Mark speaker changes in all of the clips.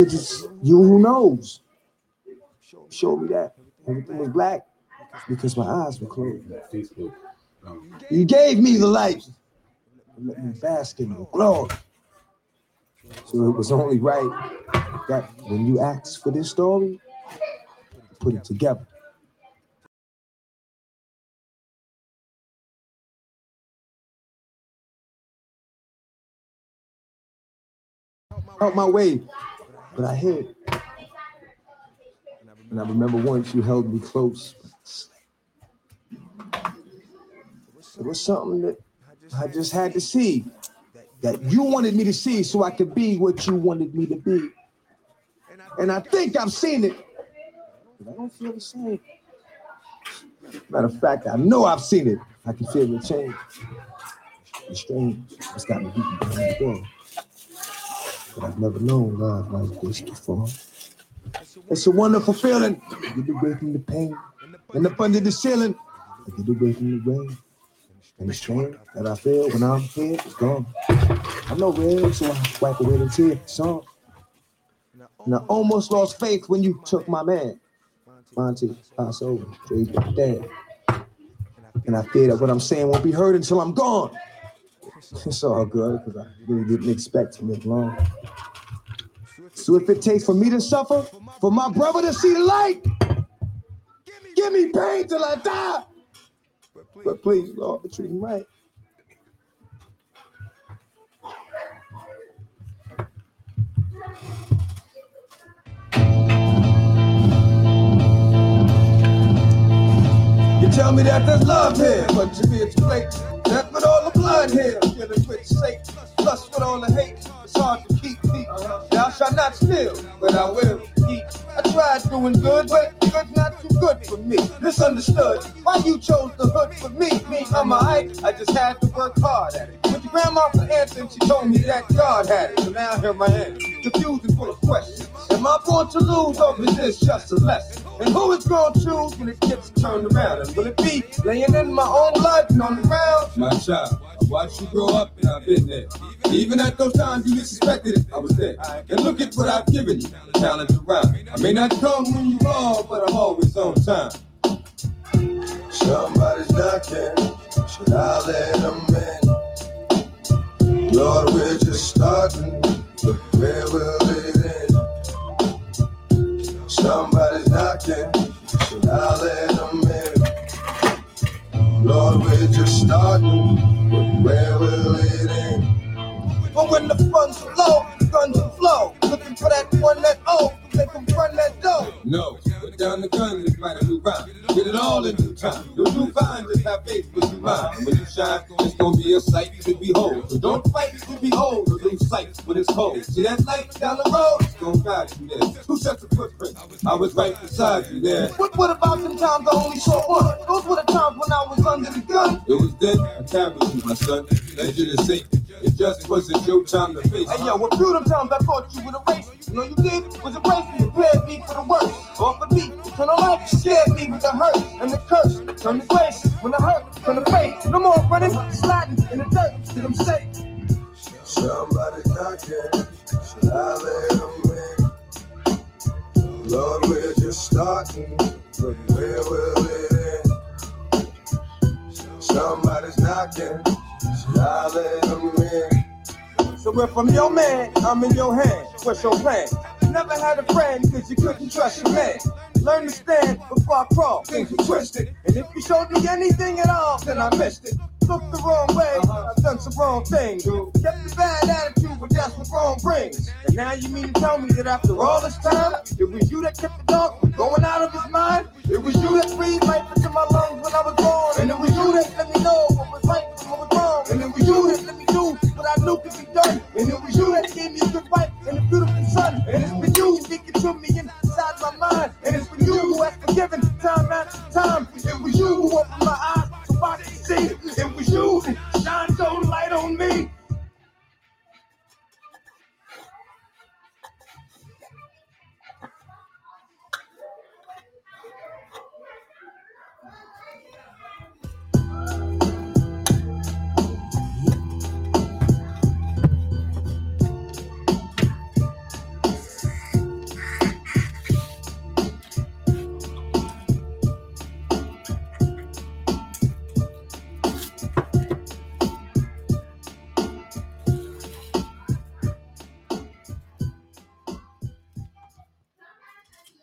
Speaker 1: It's just you who knows. Show me that everything was black because my eyes were closed.
Speaker 2: Facebook. Um,
Speaker 1: You gave me the light. Let me bask in your glory. So it was only right that when you asked for this story, put it together. Out my way, but I hid. And I remember once you held me close. It was something that I just had to see, that you wanted me to see so I could be what you wanted me to be. And I think I've seen it, but I don't feel the same. Matter of fact, I know I've seen it. I can feel the change. The strain has got me beating behind the door. But I've never known love like this before. It's a wonderful feeling. I get away from the pain. And up under the ceiling, I get away from the rain. And the strain that I feel when I'm here is gone. I know red, so I wipe away the tear. Song. And I almost lost faith when you took my man. Monty, Passover, Jay, Dad. And I fear that what I'm saying won't be heard until I'm gone. It's all good, because I really didn't expect to live long. So if it takes for me to suffer, for my brother to see the light, give me pain till I die. But please, Lord, treat him right. You tell me that there's love here, but to me it's fake. That with all the blood here, get a quick shake. Plus with all the hate, it's hard to keep peace. Thou shalt not steal, but I will eat. I tried doing good, but good's not too good for me. Misunderstood, why you chose the hood for me? Me, I'm a hype, I just had to work hard at it. With your grandma for answering, she told me that God had it. So now here I am, confused and full of questions. Am I born to lose, or is this just a lesson? And who is gonna choose when it gets turned around? And will it be laying in my own blood and on the ground? My child, I watched you grow up and I've been there. Even at those times you disrespected it, I was there. And look at what I've given you, challenge around. I may not come when you are, but I'm always on time. Somebody's knocking, should I let 'em in? Lord, we're just starting, but where will it end? Somebody's knocking, should I let 'em in? Lord, we're just starting, but where will it end? But when the funds are low, the guns are flow, looking for that one that oh, they can run that dough. No, put down the gun, this might new rhyme. Get it all in due time. You'll do fine, just have faith, but you mind. And when you shine, it's gonna be a sight to behold. So don't fight to behold or lose sight when it's cold. See that light down the road? It's gonna guide you there. Two sets of footprints. I was right beside you there. What, what about them times I only saw one? Those were the times when I was under the gun. It was then I carried you, my son. Legend is safe. It just wasn't your time to face. Hey yo, a few of them times I thought you would erase. You know you did was erase me, prepared me for the worst. Offered me, turn the light, scared me with the hurt and the curse. Turn the grace, when the hurt, turn the faith. No more running, sliding in the dirt, till I'm safe. Somebody knocking, should I let 'em in? Lord, we're just starting, but where will it end? Somebody's knocking, should I let 'em in? So if I'm your man, I'm in your hand. What's your plan? You never had a friend because you couldn't trust your man. Learn to stand before I crawl. Things were twisted. And if you showed me anything at all, then I missed it. Looked the wrong way, I've done some wrong things. Kept the bad attitude, but that's what wrong brings. And now you mean to tell me that after all this time, it was you that kept the dog from going out of his mind? It was you that breathed life into my lungs when I was born. And it was you that let me know what was right from what was wrong. And it was you that let me do what I knew could be done. And it was you that gave me a good wife and a beautiful son. And it's been you speaking to me inside my mind. And it's been you who has forgiven time after time. It was you who opened my eyes so I could see. It was you who shined so light on me.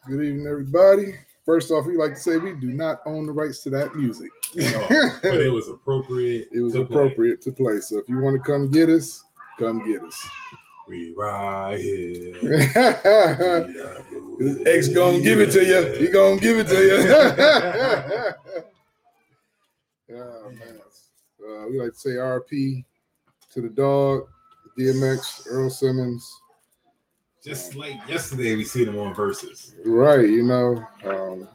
Speaker 3: Good evening, everybody. First off, we like to say we do not own the rights to that music.
Speaker 2: No, but it was appropriate.
Speaker 3: It was
Speaker 2: to play.
Speaker 3: appropriate to play. So if you want to come get us, come get us.
Speaker 2: We right here.
Speaker 3: His ex gonna give it to you. He gonna give it to you. oh, man. Uh, we like to say RP to the dog, DMX, Earl Simmons.
Speaker 2: Just like yesterday, we seen him on verses.
Speaker 3: Right, you know. Um,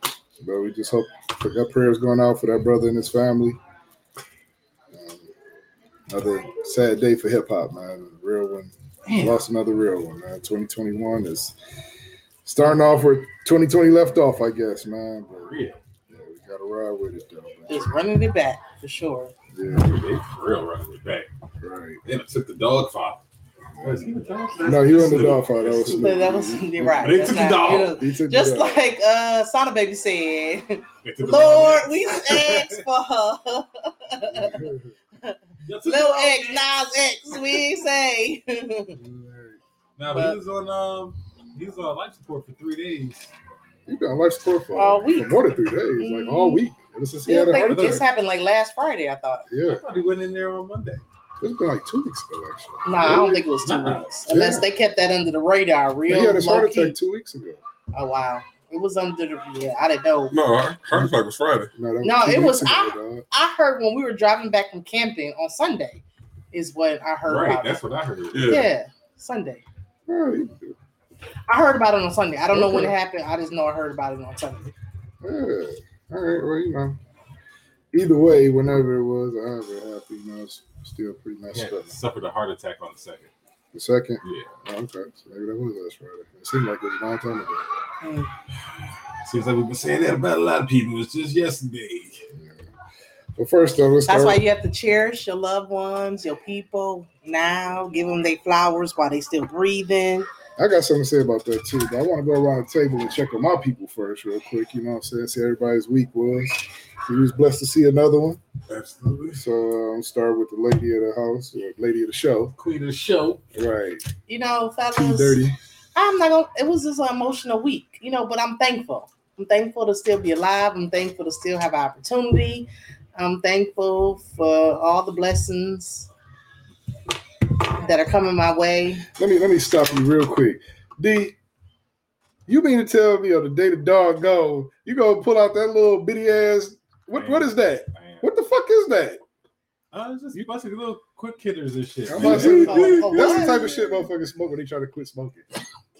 Speaker 3: but we just hope that prayer's going out for that brother and his family. Um, another sad day for hip hop, man. Real one. Lost another real one, man. 2021 is starting off where 2020 left off, I guess, man. But
Speaker 2: Real,
Speaker 3: yeah, we gotta ride with it though. But,
Speaker 4: Just running it back for sure.
Speaker 3: yeah,
Speaker 2: Dude, they for real running it back.
Speaker 3: right.
Speaker 2: Then it took the dog father. Was he the dog father?
Speaker 3: No, you and the
Speaker 2: Snoop.
Speaker 3: dog fight. That was
Speaker 2: Snoop.
Speaker 4: But that was you're right.
Speaker 2: They
Speaker 4: That's
Speaker 2: took the
Speaker 4: not-
Speaker 2: dog.
Speaker 4: you know,
Speaker 3: He took the
Speaker 4: Just
Speaker 3: dog.
Speaker 4: like uh Sana Baby said,
Speaker 2: They took the
Speaker 4: Lord,
Speaker 2: dog.
Speaker 4: we asked for her.
Speaker 2: Y'all took the
Speaker 4: Little
Speaker 2: dog.
Speaker 4: X, Nas X, we ain't say.
Speaker 2: Nah, but he was on um, he was on life support for three days.
Speaker 3: You've been on life support for
Speaker 4: All week. Mm-hmm.
Speaker 3: for more than three days, like all week. Ever since he had a heart
Speaker 4: Like,
Speaker 3: attack.
Speaker 4: this happened like last Friday, I thought.
Speaker 3: Yeah,
Speaker 2: I thought he went in there on Monday.
Speaker 3: it's been like two weeks ago, actually.
Speaker 4: Nah, I don't think it was two
Speaker 2: Nah.
Speaker 4: weeks. Unless they kept that under the radar,
Speaker 3: Yeah, he
Speaker 4: real
Speaker 3: had his heart
Speaker 4: low key.
Speaker 3: attack two weeks ago.
Speaker 4: Oh wow. It was under the yeah, I didn't know.
Speaker 5: No, her- her attack was Friday.
Speaker 3: No, that
Speaker 4: No,
Speaker 3: two
Speaker 4: it
Speaker 3: weeks
Speaker 4: was-
Speaker 3: ago,
Speaker 4: I-
Speaker 3: dog.
Speaker 4: I heard when we were driving back from camping on Sunday is what I heard
Speaker 2: right,
Speaker 4: about it.
Speaker 2: that's what I heard.
Speaker 5: Yeah.
Speaker 4: Yeah, Sunday.
Speaker 3: Well, he-
Speaker 4: I heard about it on Sunday. I don't know when it
Speaker 3: Okay.
Speaker 4: happened. I just know I heard about it on Sunday.
Speaker 3: yeah. All right, well, you know. Either way, whenever it was, however happy, you know, it's still pretty messed
Speaker 2: Yeah,
Speaker 3: up.
Speaker 2: suffered a heart attack on the second.
Speaker 3: The second,
Speaker 2: Yeah,
Speaker 3: oh, okay, so maybe that was last Friday. It seemed like it was a long time ago.
Speaker 2: seems like we've been saying that about a lot of people. It's just yesterday.
Speaker 3: Yeah. But first, though, let's
Speaker 4: That's
Speaker 3: start.
Speaker 4: why you have to cherish your loved ones, your people now. Give them their flowers while they still breathing.
Speaker 3: I got something to say about that too, but I want to go around the table and check on my people first, real quick. You know what I'm saying? See how everybody's week was. We was blessed to see another one.
Speaker 2: Absolutely.
Speaker 3: So um, start with the lady of the house, or lady of the show.
Speaker 2: Queen of the show.
Speaker 3: Right.
Speaker 4: You know,
Speaker 3: Too
Speaker 4: fellas,
Speaker 3: dirty.
Speaker 4: I'm not gonna. It was just an emotional week, you know. But I'm thankful. I'm thankful to still be alive. I'm thankful to still have opportunity. I'm thankful for all the blessings that are coming my way.
Speaker 3: Let me let me stop you real quick. D, you mean to tell me on the day the dog go, you gonna pull out that little bitty ass? What what is that?
Speaker 2: Man.
Speaker 3: What the fuck is that?
Speaker 2: I was Uh, just bunch of little quick hitters and shit.
Speaker 3: I'm
Speaker 2: man.
Speaker 3: about to say,
Speaker 4: Oh, oh,
Speaker 3: that's the
Speaker 4: what?
Speaker 3: type of shit motherfuckers smoke when they try to quit smoking.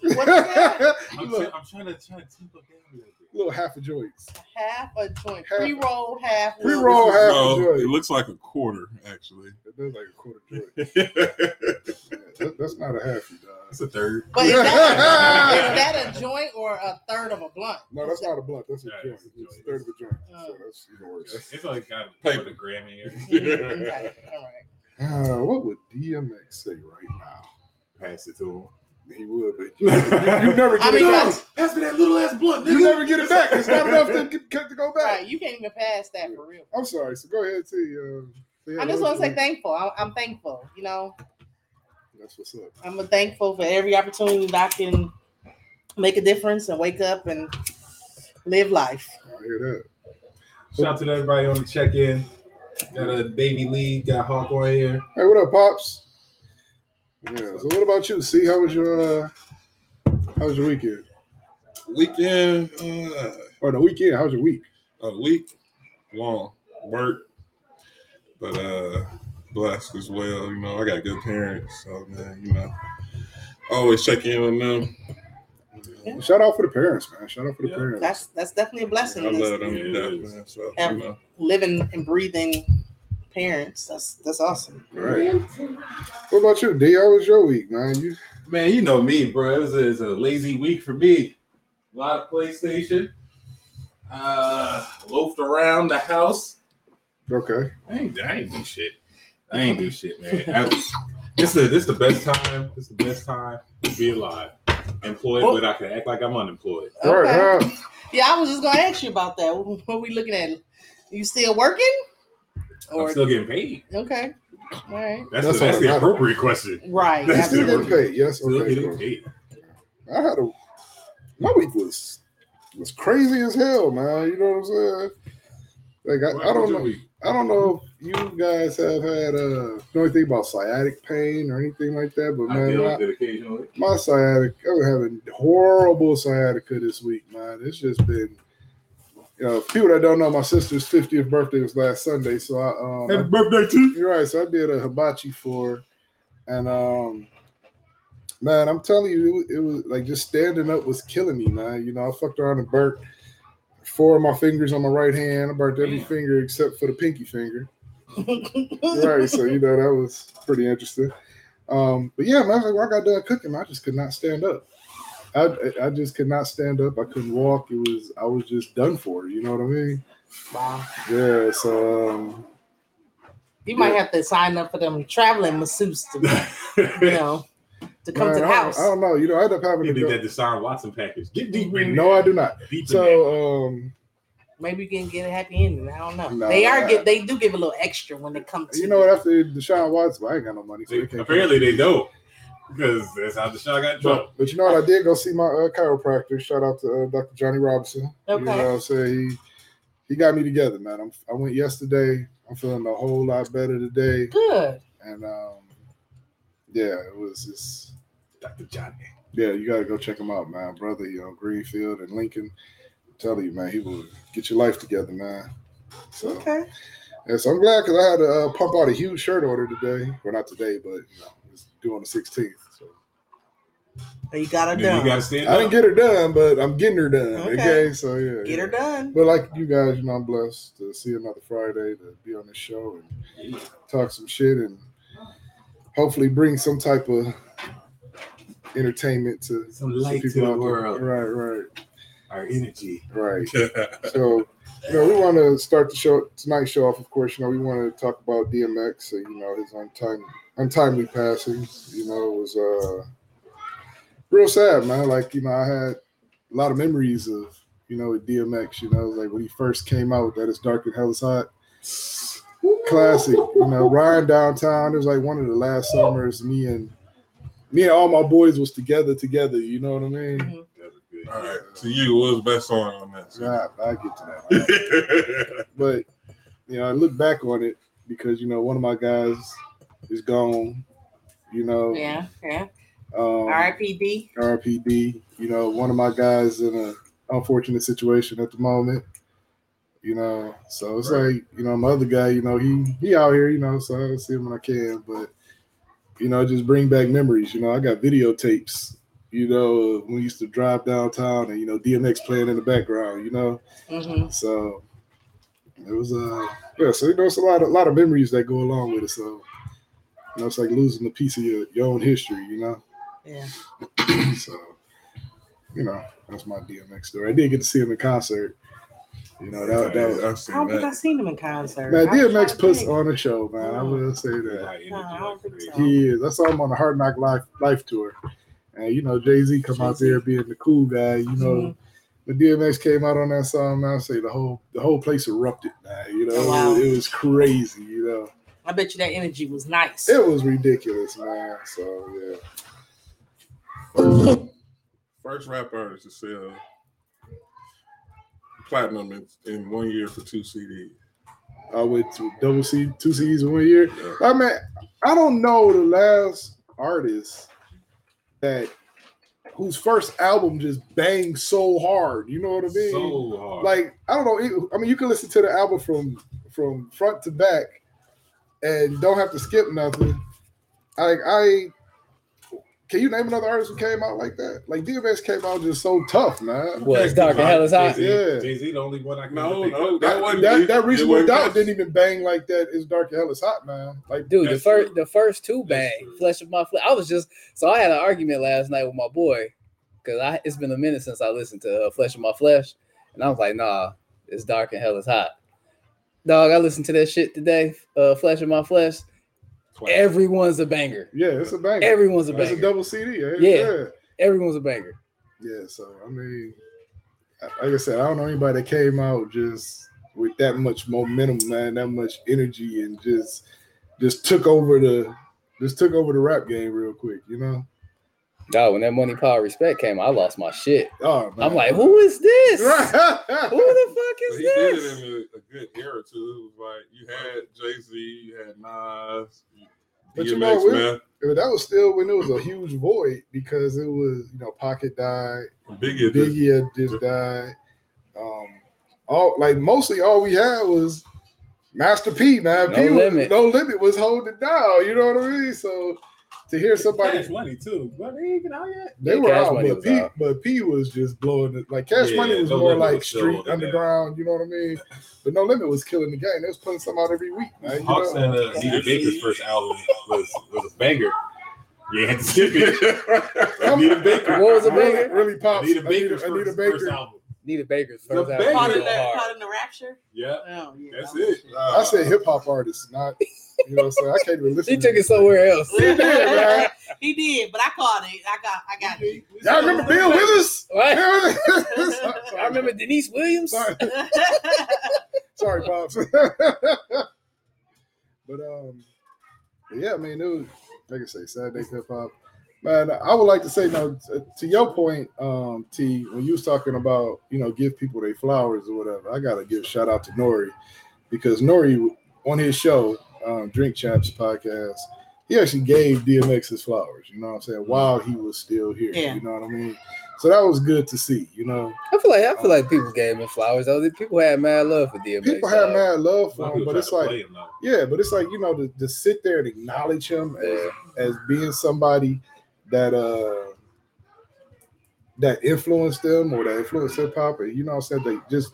Speaker 4: What is that?
Speaker 2: I'm,
Speaker 3: Look,
Speaker 2: try- I'm trying to try to tempo down a little bit.
Speaker 3: little half a joints.
Speaker 4: half a joint, pre roll, half
Speaker 3: Pre-roll, half-
Speaker 5: No,
Speaker 3: enjoy.
Speaker 5: it looks like a quarter, actually.
Speaker 3: That does like a quarter joint.
Speaker 5: it's
Speaker 3: Yeah, that- that's not a half, you dog.
Speaker 2: That's a third.
Speaker 4: But is that, is that a joint or a third of a blunt?
Speaker 3: No, that's not a blunt. That's a
Speaker 2: Yeah,
Speaker 3: joint.
Speaker 2: it's a joint.
Speaker 3: It's a third of a joint.
Speaker 4: Uh,
Speaker 3: So that's even worse.
Speaker 2: It's like got a the Grammy. Or
Speaker 4: Mm, okay, all right.
Speaker 3: Uh, what would DMX say right now?
Speaker 2: pass it to
Speaker 3: He would, but
Speaker 2: him.
Speaker 3: you, you never get
Speaker 4: I
Speaker 3: it
Speaker 4: mean,
Speaker 3: back.
Speaker 4: that's-
Speaker 2: pass me that little ass blunt.
Speaker 3: You never get it back. It's not enough to, get, to go back.
Speaker 4: Right, you can't even pass that for real.
Speaker 3: I'm sorry. So go ahead, T. Um, yeah,
Speaker 4: I just want to say
Speaker 3: that's-
Speaker 4: thankful. I'm, I'm thankful. You know,
Speaker 3: That's what's up.
Speaker 4: I'm thankful for every opportunity that I can make a difference and wake up and live life.
Speaker 3: I hear
Speaker 2: Shout out to everybody on the check in. Got a baby Lee, got Hawk on here.
Speaker 3: that. Hey, what up, pops? Yeah. So what about you? See, how was your uh, how was your weekend
Speaker 5: weekend, uh,
Speaker 3: or the weekend? How was your week?
Speaker 5: a week long work, but uh, blessed as well. You know, I got good parents, so man, you know, always check in on them.
Speaker 3: Shout out for the parents, man. Shout out for the
Speaker 2: Yeah.
Speaker 3: parents.
Speaker 4: That's that's definitely a
Speaker 5: I
Speaker 4: blessing.
Speaker 5: love
Speaker 4: That's
Speaker 5: them to
Speaker 2: Yeah.
Speaker 5: death, man. So
Speaker 4: Yeah.
Speaker 5: you know,
Speaker 4: living and breathing parents. That's that's awesome.
Speaker 3: All right. What about you, D? How was your week, man? You
Speaker 2: Man, you know me, bro. It was a, it was a lazy week for me. A lot of PlayStation. Uh, loafed around the house.
Speaker 3: okay?
Speaker 2: I ain't, I ain't do shit. I ain't do shit, man. I- this is this the best time. This the best time to be alive. Employed, but I can act like I'm unemployed.
Speaker 3: All right. uh,
Speaker 4: Yeah, I was just gonna ask you about that. What are we looking at? You still working?
Speaker 2: I'm
Speaker 4: Or
Speaker 2: still getting paid.
Speaker 4: okay, all right,
Speaker 2: That's,
Speaker 3: That's
Speaker 2: the, that's
Speaker 3: all
Speaker 2: the
Speaker 3: that
Speaker 2: appropriate question.
Speaker 4: right.
Speaker 2: That's
Speaker 3: still
Speaker 2: the
Speaker 4: Absolutely.
Speaker 3: getting paid? Yes.
Speaker 2: Still
Speaker 3: Okay.
Speaker 2: getting
Speaker 3: cool.
Speaker 2: paid.
Speaker 3: I had a my week was was crazy as hell, man. You know what I'm saying? Like I, I don't know. I don't know if you guys have had uh know anything about sciatic pain or anything like that, but
Speaker 2: I
Speaker 3: man,
Speaker 2: deal
Speaker 3: my,
Speaker 2: with it occasionally.
Speaker 3: my sciatic, I was having horrible sciatica this week, man. It's just been, you know, people that don't know, my sister's 50th birthday was last Sunday, so I, um,
Speaker 2: birthday too.
Speaker 3: you're right, so I did a hibachi for, her, and um, man, I'm telling you, it was, it was like just standing up was killing me, man. You know, I fucked around and burnt four of my fingers on my right hand. I burnt every
Speaker 2: Damn.
Speaker 3: finger except for the pinky finger
Speaker 4: Right.
Speaker 3: right. So you know that was pretty interesting. Um, but yeah, man, I was like, when I got done cooking, I just could not stand up. I I just could not stand up. I couldn't walk. It was I was just done for. You know what I mean?
Speaker 4: Wow.
Speaker 3: Yeah. So um,
Speaker 4: You might
Speaker 3: Yeah.
Speaker 4: have to sign up for them traveling masseuse to, you know, to come
Speaker 3: man,
Speaker 4: to the
Speaker 3: I, don't-
Speaker 4: house.
Speaker 3: I don't know. You know, I end up having
Speaker 2: You
Speaker 3: to
Speaker 2: need that
Speaker 3: go.
Speaker 2: Deshaun Watson package. Get deep in
Speaker 3: No, I do not.
Speaker 2: there. Deep in there.
Speaker 3: So um,
Speaker 4: Maybe you can get a happy ending. I don't know.
Speaker 3: Nah,
Speaker 4: they are
Speaker 3: I-
Speaker 4: get they do give a little extra when they come to
Speaker 3: you know what? After Deshaun Watson, I ain't got no money. So
Speaker 2: They-
Speaker 3: they can't
Speaker 2: apparently they don't because that's how Deshaun got in trouble.
Speaker 3: But, but you know what? I did go see my uh, chiropractor. Shout out to uh, Dr. Johnny Robinson. You know
Speaker 4: Okay.
Speaker 3: what I'm saying? He he got me together, man. I'm, I went yesterday. I'm feeling a whole lot better today.
Speaker 4: Good.
Speaker 3: And um, yeah, it was just
Speaker 2: Dr. Johnny.
Speaker 3: yeah. You got to go check him out, man, brother. You know Greenfield and Lincoln. I'm telling you, man, he will get your life together, man. So
Speaker 4: Okay.
Speaker 3: yeah, so I'm glad because I had to uh, pump out a huge shirt order today. Well, not today, but you know, it's due on the 16th. So.
Speaker 4: You got her
Speaker 2: You
Speaker 4: done.
Speaker 2: gotta stand
Speaker 3: I didn't
Speaker 2: up.
Speaker 3: get her done, but I'm getting her done.
Speaker 4: Okay.
Speaker 3: Okay, so yeah,
Speaker 4: Get her
Speaker 3: yeah.
Speaker 4: done.
Speaker 3: But like you guys, you know, I'm blessed to see another Friday to be on the show and talk some shit and hopefully bring some type of entertainment to
Speaker 2: Some
Speaker 3: some
Speaker 2: light to
Speaker 3: people out
Speaker 2: the
Speaker 3: there.
Speaker 2: world.
Speaker 3: Right,
Speaker 2: Our energy.
Speaker 3: right, right.
Speaker 5: That's
Speaker 3: So, you know, we want to start the show tonight's show off. Of course, you know, we want to talk about DMX. And, uh, you know, his untimely untimely passing. You know, it was uh real sad, man. Like you know, I had a lot of memories of you know with DMX. You know, like when he first came out, that is dark and hell is hot. Classic, you know, Ryan downtown. It was like one of the last summers. Me and me and all my boys was together, together. You know what I mean?
Speaker 4: Mhm.
Speaker 2: That was good.
Speaker 5: All right. To you, what was the best song on that? song?
Speaker 3: Yeah, I get to that. but you know, I look back on it because you know one of my guys is gone. You know,
Speaker 4: Yeah, yeah.
Speaker 3: um,
Speaker 4: R.I.P.D.
Speaker 3: RPD. You know, one of my guys in a unfortunate situation at the moment. You know, so it's
Speaker 2: Right.
Speaker 3: like you know my other guy. You know, he he out here. You know, so I see him when I can, but you know, just bring back memories. You know, I got videotapes. You know, when we used to drive downtown and you know DMX playing in the background. You know,
Speaker 4: Mm-hmm.
Speaker 3: so it was uh yeah, so you know it's a lot of a lot of memories that go along with it. So you know it's like losing a piece of your, your own history, you know.
Speaker 4: Yeah.
Speaker 3: so you know, that's my DMX story. I did get to see him in concert. You know, that, that was
Speaker 5: I've
Speaker 4: I
Speaker 5: seen
Speaker 4: don't think
Speaker 5: that.
Speaker 4: I've seen him in concert.
Speaker 3: man,
Speaker 4: I
Speaker 3: DMX
Speaker 4: was trying to
Speaker 3: puts
Speaker 4: think.
Speaker 3: on a show, man. I will say that.
Speaker 2: High energy,
Speaker 4: Nah, I don't
Speaker 2: like
Speaker 4: think
Speaker 2: crazy.
Speaker 4: so.
Speaker 3: He is. I saw him on the Hard Knock Life Life tour. And you know, Jay Z come out there being the cool guy, you know.
Speaker 4: Mhm.
Speaker 3: when DMX came out on that song, man, I say the whole the whole place erupted, man. You know,
Speaker 4: Oh, wow.
Speaker 3: it, was crazy. You know,
Speaker 4: I bet you that energy was nice.
Speaker 3: it was ridiculous, man. So yeah,
Speaker 5: First rap artist to sell platinum in, in one year for two CDs.
Speaker 3: I went to double C two C's in one year.
Speaker 5: Yeah.
Speaker 3: I mean, I don't know the last artist that whose first album just banged so hard. You know what I mean?
Speaker 2: So hard.
Speaker 3: like I don't know. it- I mean, you can listen to the album from from front to back, and don't have to skip nothing. Like I, can you name another artist who came out like that? Like DMX came out just so tough, man.
Speaker 6: Well, it's dark and hell is hot.
Speaker 3: Yeah.
Speaker 2: Jay Z, the only one I can
Speaker 5: No,
Speaker 2: think
Speaker 5: no,
Speaker 2: of.
Speaker 5: that wasn't-
Speaker 3: That that
Speaker 5: It-
Speaker 3: reasonable
Speaker 5: it
Speaker 3: doubt
Speaker 5: was-
Speaker 3: didn't even bang like that. It's dark and hell is hot, man. Like
Speaker 6: Dude, the
Speaker 2: That's
Speaker 6: first
Speaker 2: true.
Speaker 6: the first two
Speaker 2: That's
Speaker 6: bang,
Speaker 2: true.
Speaker 6: flesh of my flesh. I was just so I had an argument last night with my boy because I it's been a minute since I listened to uh, Flesh of My Flesh, and I was like, Nah, it's dark and hell is hot. Dog, I listened to that shit today. Uh, flesh of My Flesh. Everyone's a banger.
Speaker 3: yeah, it's a banger.
Speaker 6: Everyone's a
Speaker 3: it's a
Speaker 6: banger.
Speaker 3: double CD. Yeah,
Speaker 6: Yeah.
Speaker 3: yeah,
Speaker 6: Everyone's a banger.
Speaker 3: Yeah, So I mean, like I said, I don't know anybody that came out just with that much momentum, man, that much energy, and just just took over the just took over the rap game real quick, you know.
Speaker 6: Dog, when that money, power, respect came, I lost my shit.
Speaker 3: Oh, man.
Speaker 6: I'm like, who is this? who
Speaker 3: Right.
Speaker 6: the fuck
Speaker 5: But
Speaker 6: is
Speaker 5: he did
Speaker 6: this?
Speaker 5: it in a, a good era too. It was like you had Jay Z, you had Nas,
Speaker 3: But
Speaker 5: DMX,
Speaker 3: you know, we-
Speaker 5: man.
Speaker 3: that was still when it was a huge void because it was, you know, Pocket died,
Speaker 5: Biggie, did-
Speaker 3: Biggie had just died. Um, all like mostly all we had was Master P, man.
Speaker 6: No
Speaker 3: P was-
Speaker 6: Limit.
Speaker 3: no limit was holding down. You know what I mean? So to hear somebody
Speaker 2: Cash money too, but they ain't get out yet.
Speaker 3: They
Speaker 6: Yeah,
Speaker 3: were
Speaker 6: Cash
Speaker 3: out,
Speaker 6: Money
Speaker 3: but
Speaker 6: was
Speaker 3: P,
Speaker 6: out.
Speaker 3: but P was just blowing it. Like Cash
Speaker 5: Yeah,
Speaker 3: Money was
Speaker 5: No
Speaker 3: more
Speaker 5: Limit
Speaker 3: like
Speaker 5: was still
Speaker 3: street
Speaker 5: on that.
Speaker 3: underground. You know what I mean? But No Limit was killing the game. They was putting something out every week. Man, you
Speaker 2: Hawks
Speaker 3: know?
Speaker 2: and uh, Nita Baker's first album was was a banger. You had to skip it. Anita Baker.
Speaker 6: What was a
Speaker 3: really,
Speaker 6: banger?
Speaker 3: really pops.
Speaker 2: Anita
Speaker 3: Anita,
Speaker 2: Baker's
Speaker 3: Anita,
Speaker 2: first, first
Speaker 3: Baker.
Speaker 2: album.
Speaker 6: Nita Baker's first
Speaker 2: The
Speaker 6: album.
Speaker 2: baby.
Speaker 6: was
Speaker 4: Caught
Speaker 2: Caught
Speaker 4: in
Speaker 6: so
Speaker 4: the
Speaker 6: hard.
Speaker 4: caught in the rapture.
Speaker 2: Yeah,
Speaker 4: Oh yeah.
Speaker 2: that's
Speaker 4: that was
Speaker 2: it. Uh,
Speaker 4: shit.
Speaker 3: I said hip hop artists, not you know. what I'm saying I can't even listen.
Speaker 6: She
Speaker 3: to
Speaker 6: took it
Speaker 3: this.
Speaker 6: somewhere else.
Speaker 3: man.
Speaker 4: he did, but I caught it. I got, I got you.
Speaker 3: Y'all remember Bill Withers?
Speaker 6: Right? I
Speaker 3: I
Speaker 6: remember Denise Williams.
Speaker 3: Sorry, Sorry, pops. but um, but yeah, I mean, it was like I say, Saturday hip hop. Man, I would like to say now to your point, um, T, when you was talking about you know give people their flowers or whatever, I gotta give a shout out to Nori because Nori on his show, um, Drink Chaps podcast, he actually gave DMX his flowers. You know what I'm saying? While he was still here,
Speaker 4: Yeah.
Speaker 3: you know what I mean. So that was good to see. You know,
Speaker 6: I feel like I feel like people gave him flowers. Though people had mad love for DMX.
Speaker 3: Oh. people have
Speaker 6: dog.
Speaker 3: mad love
Speaker 2: Some
Speaker 3: for him,
Speaker 2: people
Speaker 3: but
Speaker 2: try
Speaker 3: it's
Speaker 2: to
Speaker 3: like
Speaker 2: play him, though.
Speaker 3: Yeah, but it's like you know to, to sit there and acknowledge him
Speaker 6: Yeah.
Speaker 3: as, as being somebody that uh that influenced them or that influenced hip hop, and you know what I'm saying they just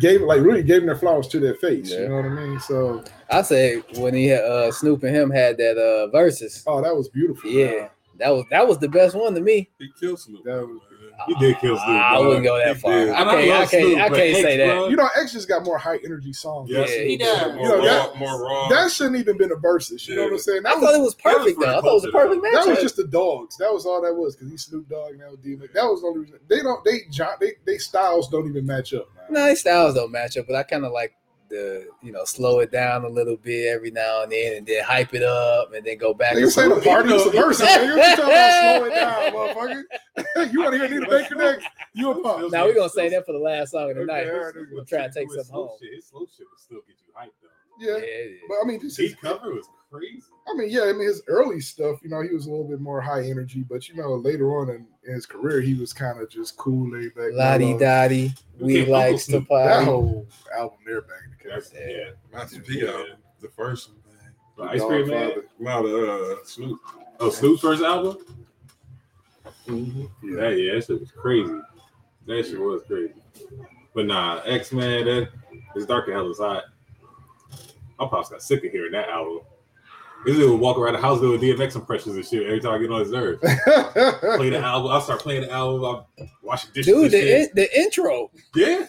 Speaker 3: gave like really gave them their flowers to their face.
Speaker 6: Yeah.
Speaker 3: You know what I mean? So
Speaker 6: I say when he uh, Snoop and him had that uh, versus.
Speaker 3: oh, that was beautiful.
Speaker 6: Yeah, that was that was the best one to me.
Speaker 5: he killed Snoop.
Speaker 3: That was-
Speaker 5: man.
Speaker 2: He did kill Snoop.
Speaker 6: I
Speaker 2: dog.
Speaker 6: wouldn't go that
Speaker 2: He
Speaker 6: far.
Speaker 2: did.
Speaker 6: I
Speaker 2: And
Speaker 6: can't- I
Speaker 2: love
Speaker 6: can't-
Speaker 2: Snoop,
Speaker 6: I
Speaker 2: but
Speaker 6: can't say
Speaker 2: X,
Speaker 6: that.
Speaker 2: bro,
Speaker 3: You know, X just got more high energy songs.
Speaker 5: Yes,
Speaker 6: Yeah,
Speaker 4: he does.
Speaker 5: More
Speaker 3: You know,
Speaker 5: raw,
Speaker 3: that-
Speaker 5: more raw.
Speaker 3: That shouldn't even been a versus. You know what I'm saying?
Speaker 6: I
Speaker 3: That
Speaker 6: thought
Speaker 3: was
Speaker 6: it was
Speaker 2: that was
Speaker 6: perfect
Speaker 2: pretty
Speaker 6: though. I thought it was a
Speaker 2: close to
Speaker 6: perfect match.
Speaker 3: that was just the dogs. That was all that was because he Snoop Dogg and that was DMX. That was the only reason they don't they jo- they they styles don't even match up. Man.
Speaker 6: nice styles don't match up, but I kind of like the you know slow it down a little bit every now and then, and then hype it up, and then go back.
Speaker 3: Nigga
Speaker 6: and
Speaker 3: say
Speaker 6: forth.
Speaker 3: the party was subversive. Nigga, what you talking about? Slow it down, motherfucker. you want to hear Nita Baker next? You a punk.
Speaker 6: Now we're gonna say that for the last song of the
Speaker 3: Okay,
Speaker 6: night.
Speaker 3: all right,
Speaker 6: We'll try to take
Speaker 2: His
Speaker 6: some
Speaker 2: slow
Speaker 6: home.
Speaker 2: Shit, his slow shit would still get you hyped though.
Speaker 3: Yeah.
Speaker 6: Yeah, it is.
Speaker 3: But I mean, this
Speaker 2: His
Speaker 3: is,
Speaker 2: cover was crazy.
Speaker 3: I mean, yeah, I mean, his early stuff, you know, he was a little bit more high energy, but you know, later on in, in his career, he was kind of just cool, laid back.
Speaker 6: Lottie
Speaker 3: mellow.
Speaker 6: Dottie,
Speaker 2: Okay,
Speaker 6: we
Speaker 2: Uncle
Speaker 6: likes to
Speaker 2: Snoop.
Speaker 3: That
Speaker 6: party.
Speaker 3: whole album there back in the
Speaker 2: That's,
Speaker 3: cast.
Speaker 2: yeah.
Speaker 5: Master P album, the first one, man.
Speaker 2: The Ice Cream Man.
Speaker 5: Now the uh, Snoop.
Speaker 2: Oh, Snoop's first album?
Speaker 3: Yeah.
Speaker 2: Yeah, yeah, that shit was crazy. That shit was crazy. But nah, X Man, that it's dark and hell is hot. My pops got sick of hearing that album. This dude would walk around the house doing DMX impressions and shit every time I get on his nerves. Play the album, I start playing the album, I'm washing dishes.
Speaker 6: Dude,
Speaker 2: and
Speaker 6: the, in,
Speaker 2: shit.
Speaker 6: the intro.
Speaker 2: yeah.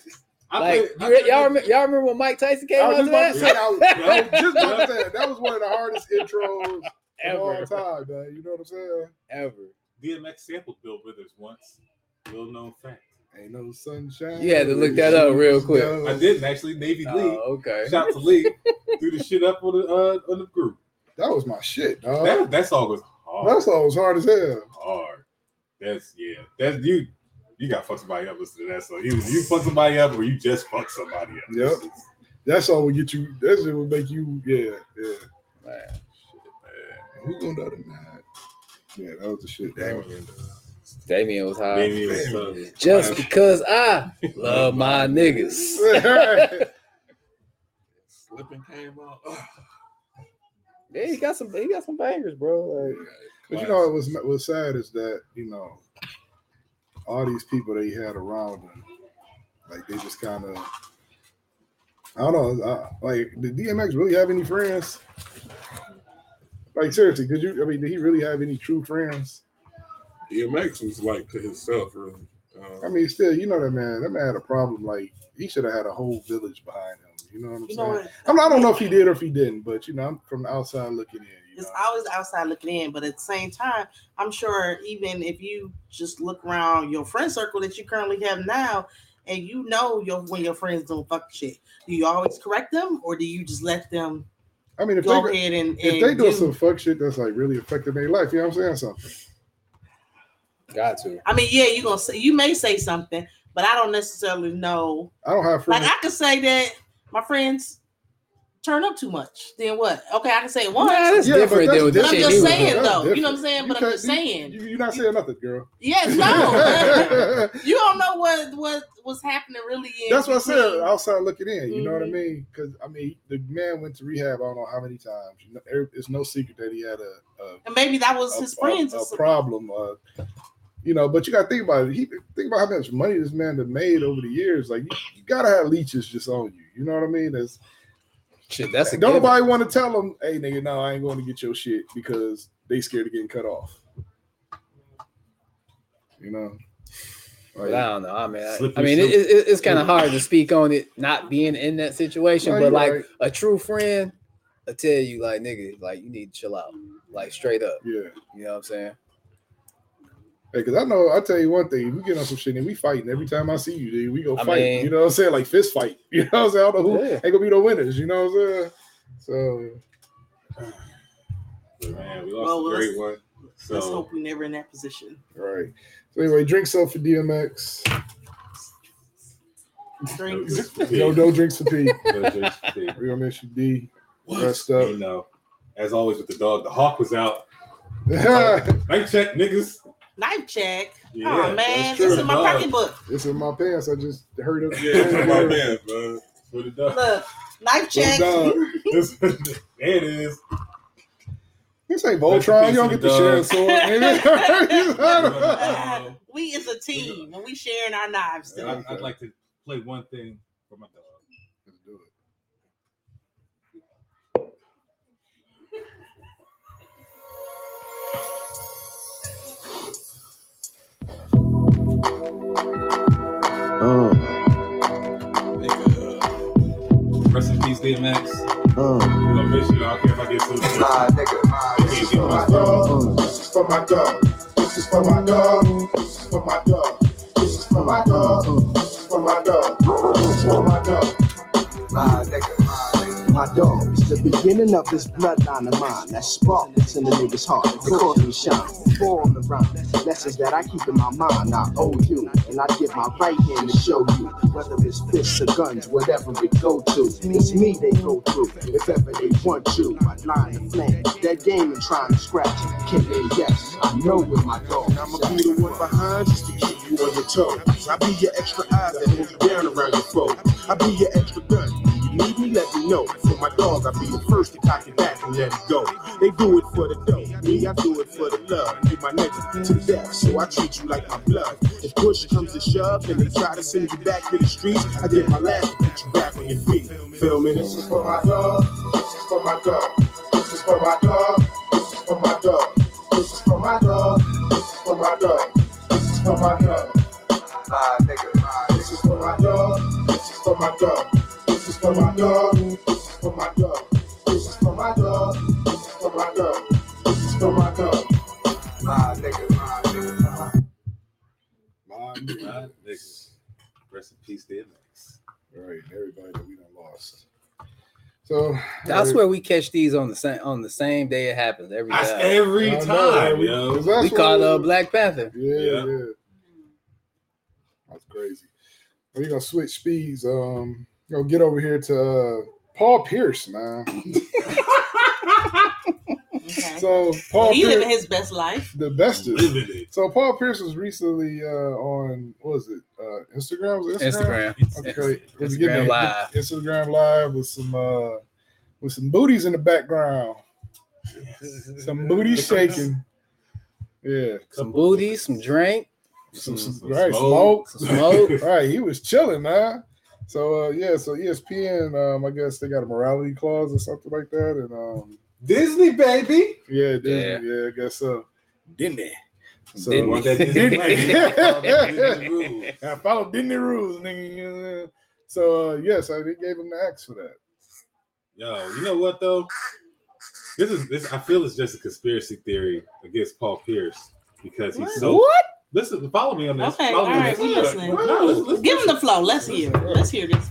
Speaker 2: I
Speaker 6: Like,
Speaker 2: played- I
Speaker 6: you,
Speaker 2: played-
Speaker 6: y'all, remember, y'all remember when Mike Tyson came
Speaker 3: I was
Speaker 6: out
Speaker 3: just
Speaker 6: to
Speaker 3: about to
Speaker 6: that?
Speaker 3: say, I was, I was just about to say that. That was one of the hardest intros of all
Speaker 6: Ever.
Speaker 3: time, man. You know what I'm saying?
Speaker 6: Ever.
Speaker 2: DMX sampled Bill Withers once. Little known fact.
Speaker 3: Ain't no sunshine.
Speaker 6: You had to look that up real quick.
Speaker 2: I didn't actually. Navy Lee.
Speaker 6: Oh, okay.
Speaker 2: Shout to Lee. threw the shit up on the uh, on the group.
Speaker 3: That was my shit, dog.
Speaker 2: That that song was hard.
Speaker 3: That song was hard as hell.
Speaker 2: hard. That's yeah. That's you. You got fuck somebody up listening to that song. You you fuck somebody up, or you just fuck somebody up.
Speaker 3: Yep.
Speaker 2: Shit,
Speaker 3: That song would get you. That shit would make you. Yeah, yeah.
Speaker 6: Man.
Speaker 2: man.
Speaker 3: Who gonna die tonight? Yeah, that was the shit. That was,
Speaker 5: Damien, uh,
Speaker 6: Damien was high.
Speaker 2: Maybe it was, uh,
Speaker 6: Just because I love my niggas.
Speaker 5: Slipping came out. Ugh.
Speaker 6: Yeah, he got some. He got some bangers, bro. Like,
Speaker 3: but you know, what was what's sad is that you know, all these people that he had around him, like they just kind of. I don't know. I, like, did DMX really have any friends? Like, seriously, could you? I mean, did he really have any true friends?
Speaker 5: DMX was like to himself, really. Um,
Speaker 3: I mean, still, you know that man. That man had a problem. Like he should have had a whole village behind him. You know what I'm
Speaker 4: You know
Speaker 3: saying?
Speaker 4: what?
Speaker 3: I, mean, I don't know if he did or if he didn't, but you know, I'm from the outside looking in. You
Speaker 4: It's
Speaker 3: know?
Speaker 4: always outside looking in, but at the same time, I'm sure even if you just look around your friend circle that you currently have now, and you know your when your friends doing fuck shit, do you always correct them or do you just let them
Speaker 3: I mean, if
Speaker 4: go
Speaker 3: they
Speaker 4: ahead and,
Speaker 3: if
Speaker 4: and
Speaker 3: they doing
Speaker 4: do-
Speaker 3: some fuck shit that's like really affecting their life, you know what I'm saying? Something.
Speaker 6: Got to.
Speaker 4: I mean, yeah, you gonna say you may say something, but I don't necessarily know.
Speaker 3: I don't have
Speaker 4: Like
Speaker 3: friends.
Speaker 4: I could say that my friends turn up too much. Then what? Okay, I can say it once.
Speaker 6: Nah, that's
Speaker 3: Yeah, but
Speaker 6: different
Speaker 3: that's
Speaker 6: than what
Speaker 4: but
Speaker 6: the
Speaker 4: I'm
Speaker 6: shit
Speaker 3: different.
Speaker 6: he
Speaker 4: just
Speaker 6: was
Speaker 3: Yeah,
Speaker 4: saying
Speaker 6: doing.
Speaker 3: that's
Speaker 4: though. You know what I'm
Speaker 3: different. You
Speaker 4: saying? But I'm
Speaker 3: can't-
Speaker 4: just
Speaker 3: you-
Speaker 4: saying.
Speaker 3: You, you're not saying nothing, girl.
Speaker 4: Yes, no.
Speaker 3: That's
Speaker 4: you don't know what what was happening really. In
Speaker 3: what I said.
Speaker 4: between.
Speaker 3: Outside looking in, you know what I
Speaker 4: Mhm.
Speaker 3: mean? Because I mean, the man went to rehab. I don't know how many times. You know, every- it's no secret that he had a, a
Speaker 4: And maybe that was
Speaker 3: a-
Speaker 4: his
Speaker 3: a-
Speaker 4: friends.
Speaker 3: a,
Speaker 4: or something.
Speaker 3: problem. Uh, you know, but you got to think about it. He think about how much money this man done made over the years. Like you, you gotta have leeches just on you. You know what I mean? That's,
Speaker 6: Shit, that's a
Speaker 3: don't
Speaker 6: given.
Speaker 3: nobody want to tell them, hey nigga, no, I ain't going to get your shit because they scared of getting cut off. You know,
Speaker 6: But I don't know. I mean, I, I
Speaker 2: Slippery
Speaker 6: mean, it,
Speaker 2: slope.
Speaker 6: it, it's kind of hard to speak on it, not being in that situation.
Speaker 3: No,
Speaker 6: but
Speaker 3: you're
Speaker 6: like
Speaker 3: right.
Speaker 6: a true friend, I tell you, like nigga, like you need to chill out, like straight up.
Speaker 3: yeah.
Speaker 6: You know what I'm saying?
Speaker 3: Because I know, I tell you one thing, we get on some shit and we fighting every time I see you, dude. We go
Speaker 6: I
Speaker 3: fight.
Speaker 6: mean-
Speaker 3: you know what I'm saying? Like fist fight. You know what I'm saying? I don't know who
Speaker 6: Yeah.
Speaker 3: ain't gonna be the winners. You know what I'm saying? So
Speaker 2: Man, we
Speaker 4: Well,
Speaker 2: lost a
Speaker 4: let's-
Speaker 2: great one.
Speaker 4: Let's
Speaker 2: So
Speaker 4: hope we're never in that position.
Speaker 3: Right. So anyway, drink self for DMX.
Speaker 4: Drinks.
Speaker 3: No, no drinks for P.
Speaker 2: No drinks for P.
Speaker 3: We're gonna miss you, D. Rest
Speaker 2: You
Speaker 3: up.
Speaker 2: know, as always with the dog, the hawk was out.
Speaker 3: it's
Speaker 2: Night check, niggas.
Speaker 4: Knife check.
Speaker 2: Yeah,
Speaker 4: oh man,
Speaker 2: that's
Speaker 4: this
Speaker 2: true.
Speaker 4: is my
Speaker 2: Dog.
Speaker 4: pocketbook.
Speaker 3: in my pants. I just heard it.
Speaker 5: Yeah, it's in my man, man.
Speaker 2: For the dog.
Speaker 4: Look, knife check.
Speaker 3: dog.
Speaker 2: This- there it is.
Speaker 3: This ain't Voltron. You don't get to share a sword, nigga.
Speaker 4: Uh, we is a team and we sharing our knives
Speaker 2: I,
Speaker 4: today.
Speaker 2: I'd I'd like to play one thing for my dog. Oh.
Speaker 1: Uh,
Speaker 5: Nigga,
Speaker 2: Rest in peace, DMX.
Speaker 1: uh,
Speaker 2: You know, bitch, you know, I don't care if I get sued.
Speaker 1: my nigga.
Speaker 2: This is for my dog.
Speaker 1: This is for my dog. This is for my dog. This is for my dog. This is for my dog. This is for my dog. This is for my dog. My nigga. My dog.
Speaker 7: It's the beginning of this bloodline of mine. That spark that's in the nigga's heart. The cause me shine. Form the rhyme. Lessons that I keep in my mind. I owe you. And I give my right hand to show you. Whether it's fists or guns, whatever we go to. It's me they go through. If ever they want to. My line of flame. That game and trying to scratch. Can they yes? I know where my dog is.
Speaker 1: I'ma
Speaker 7: at.
Speaker 1: be the one behind just to keep you on your toes. I be your extra eyes that hold you down around your foe. I be your extra gun. You need me, let me know. For my dog, I be the first to cock it back and let it go. They do it for the dough. Me, I do it for the love. Be my nigga to death, so I treat you like my blood. If push comes to shove and they try to send you back to the streets, I did my last to put you back on your feet. Feel me? This is for my dog. This is for my dog. This is for my dog. This is for my dog. This is for my dog. This is for my dog. This is for my dog. My Ah, nigga. This is for my dog. This is for my dog. This is for my dog. This is for my dog. This is for my dog. This is for my dog. This is for my dog. My Ah, nigga. My nigga.
Speaker 2: My nigga. Rest in peace, DMX.
Speaker 3: All right, everybody that we done lost. So
Speaker 6: That's where we catch these on the same on the same day it happens every
Speaker 2: That's
Speaker 6: time.
Speaker 2: every
Speaker 3: I know,
Speaker 2: time,
Speaker 3: we-
Speaker 2: yo.
Speaker 3: 'cause that's
Speaker 6: We call
Speaker 3: what-
Speaker 6: uh, Black Panther.
Speaker 3: Yeah,
Speaker 2: Yeah.
Speaker 3: yeah. That's crazy. We're gonna switch speeds. Um, we're gonna get over here to uh, Paul Pierce, man.
Speaker 4: Okay.
Speaker 3: So Paul
Speaker 4: he living
Speaker 3: Pierce,
Speaker 4: his best life.
Speaker 3: the bestest.
Speaker 2: Living it.
Speaker 3: So Paul Pierce was recently uh, on what was it? Uh, Instagram? Was it Instagram.
Speaker 6: Instagram.
Speaker 3: Okay. We're
Speaker 6: Instagram
Speaker 3: getting it.
Speaker 6: Live.
Speaker 3: Instagram live with some uh, with some booties in the background. Some booty shaking. Yeah.
Speaker 6: Some booty, some drink.
Speaker 3: Some,
Speaker 6: Some-
Speaker 3: some- right. Smoke.
Speaker 2: smoke.
Speaker 6: Mm-hmm. Some smoke.
Speaker 3: All right, he was chilling, man. So uh, yeah, so ESPN, um, I guess they got a morality clause or something like that, and um,
Speaker 2: Disney, baby.
Speaker 3: yeah, Disney, yeah. I guess so. Disney. So
Speaker 2: You want that Disney?
Speaker 3: Disney.
Speaker 2: Disney rules.
Speaker 3: I follow Disney rules, nigga. you know what I'm saying? So uh, yeah, so they gave him the axe for that.
Speaker 2: Yo, you know what though? This is this. I feel it's just a conspiracy theory against Paul Pierce because he's so.
Speaker 6: What?
Speaker 2: Listen, follow me on this.
Speaker 4: Okay,
Speaker 2: follow
Speaker 4: all
Speaker 2: me
Speaker 4: right,
Speaker 2: on
Speaker 4: we
Speaker 2: this.
Speaker 4: listening.
Speaker 2: No, let's- let's-
Speaker 4: Give him the flow. Let's hear. it. Let's hear this.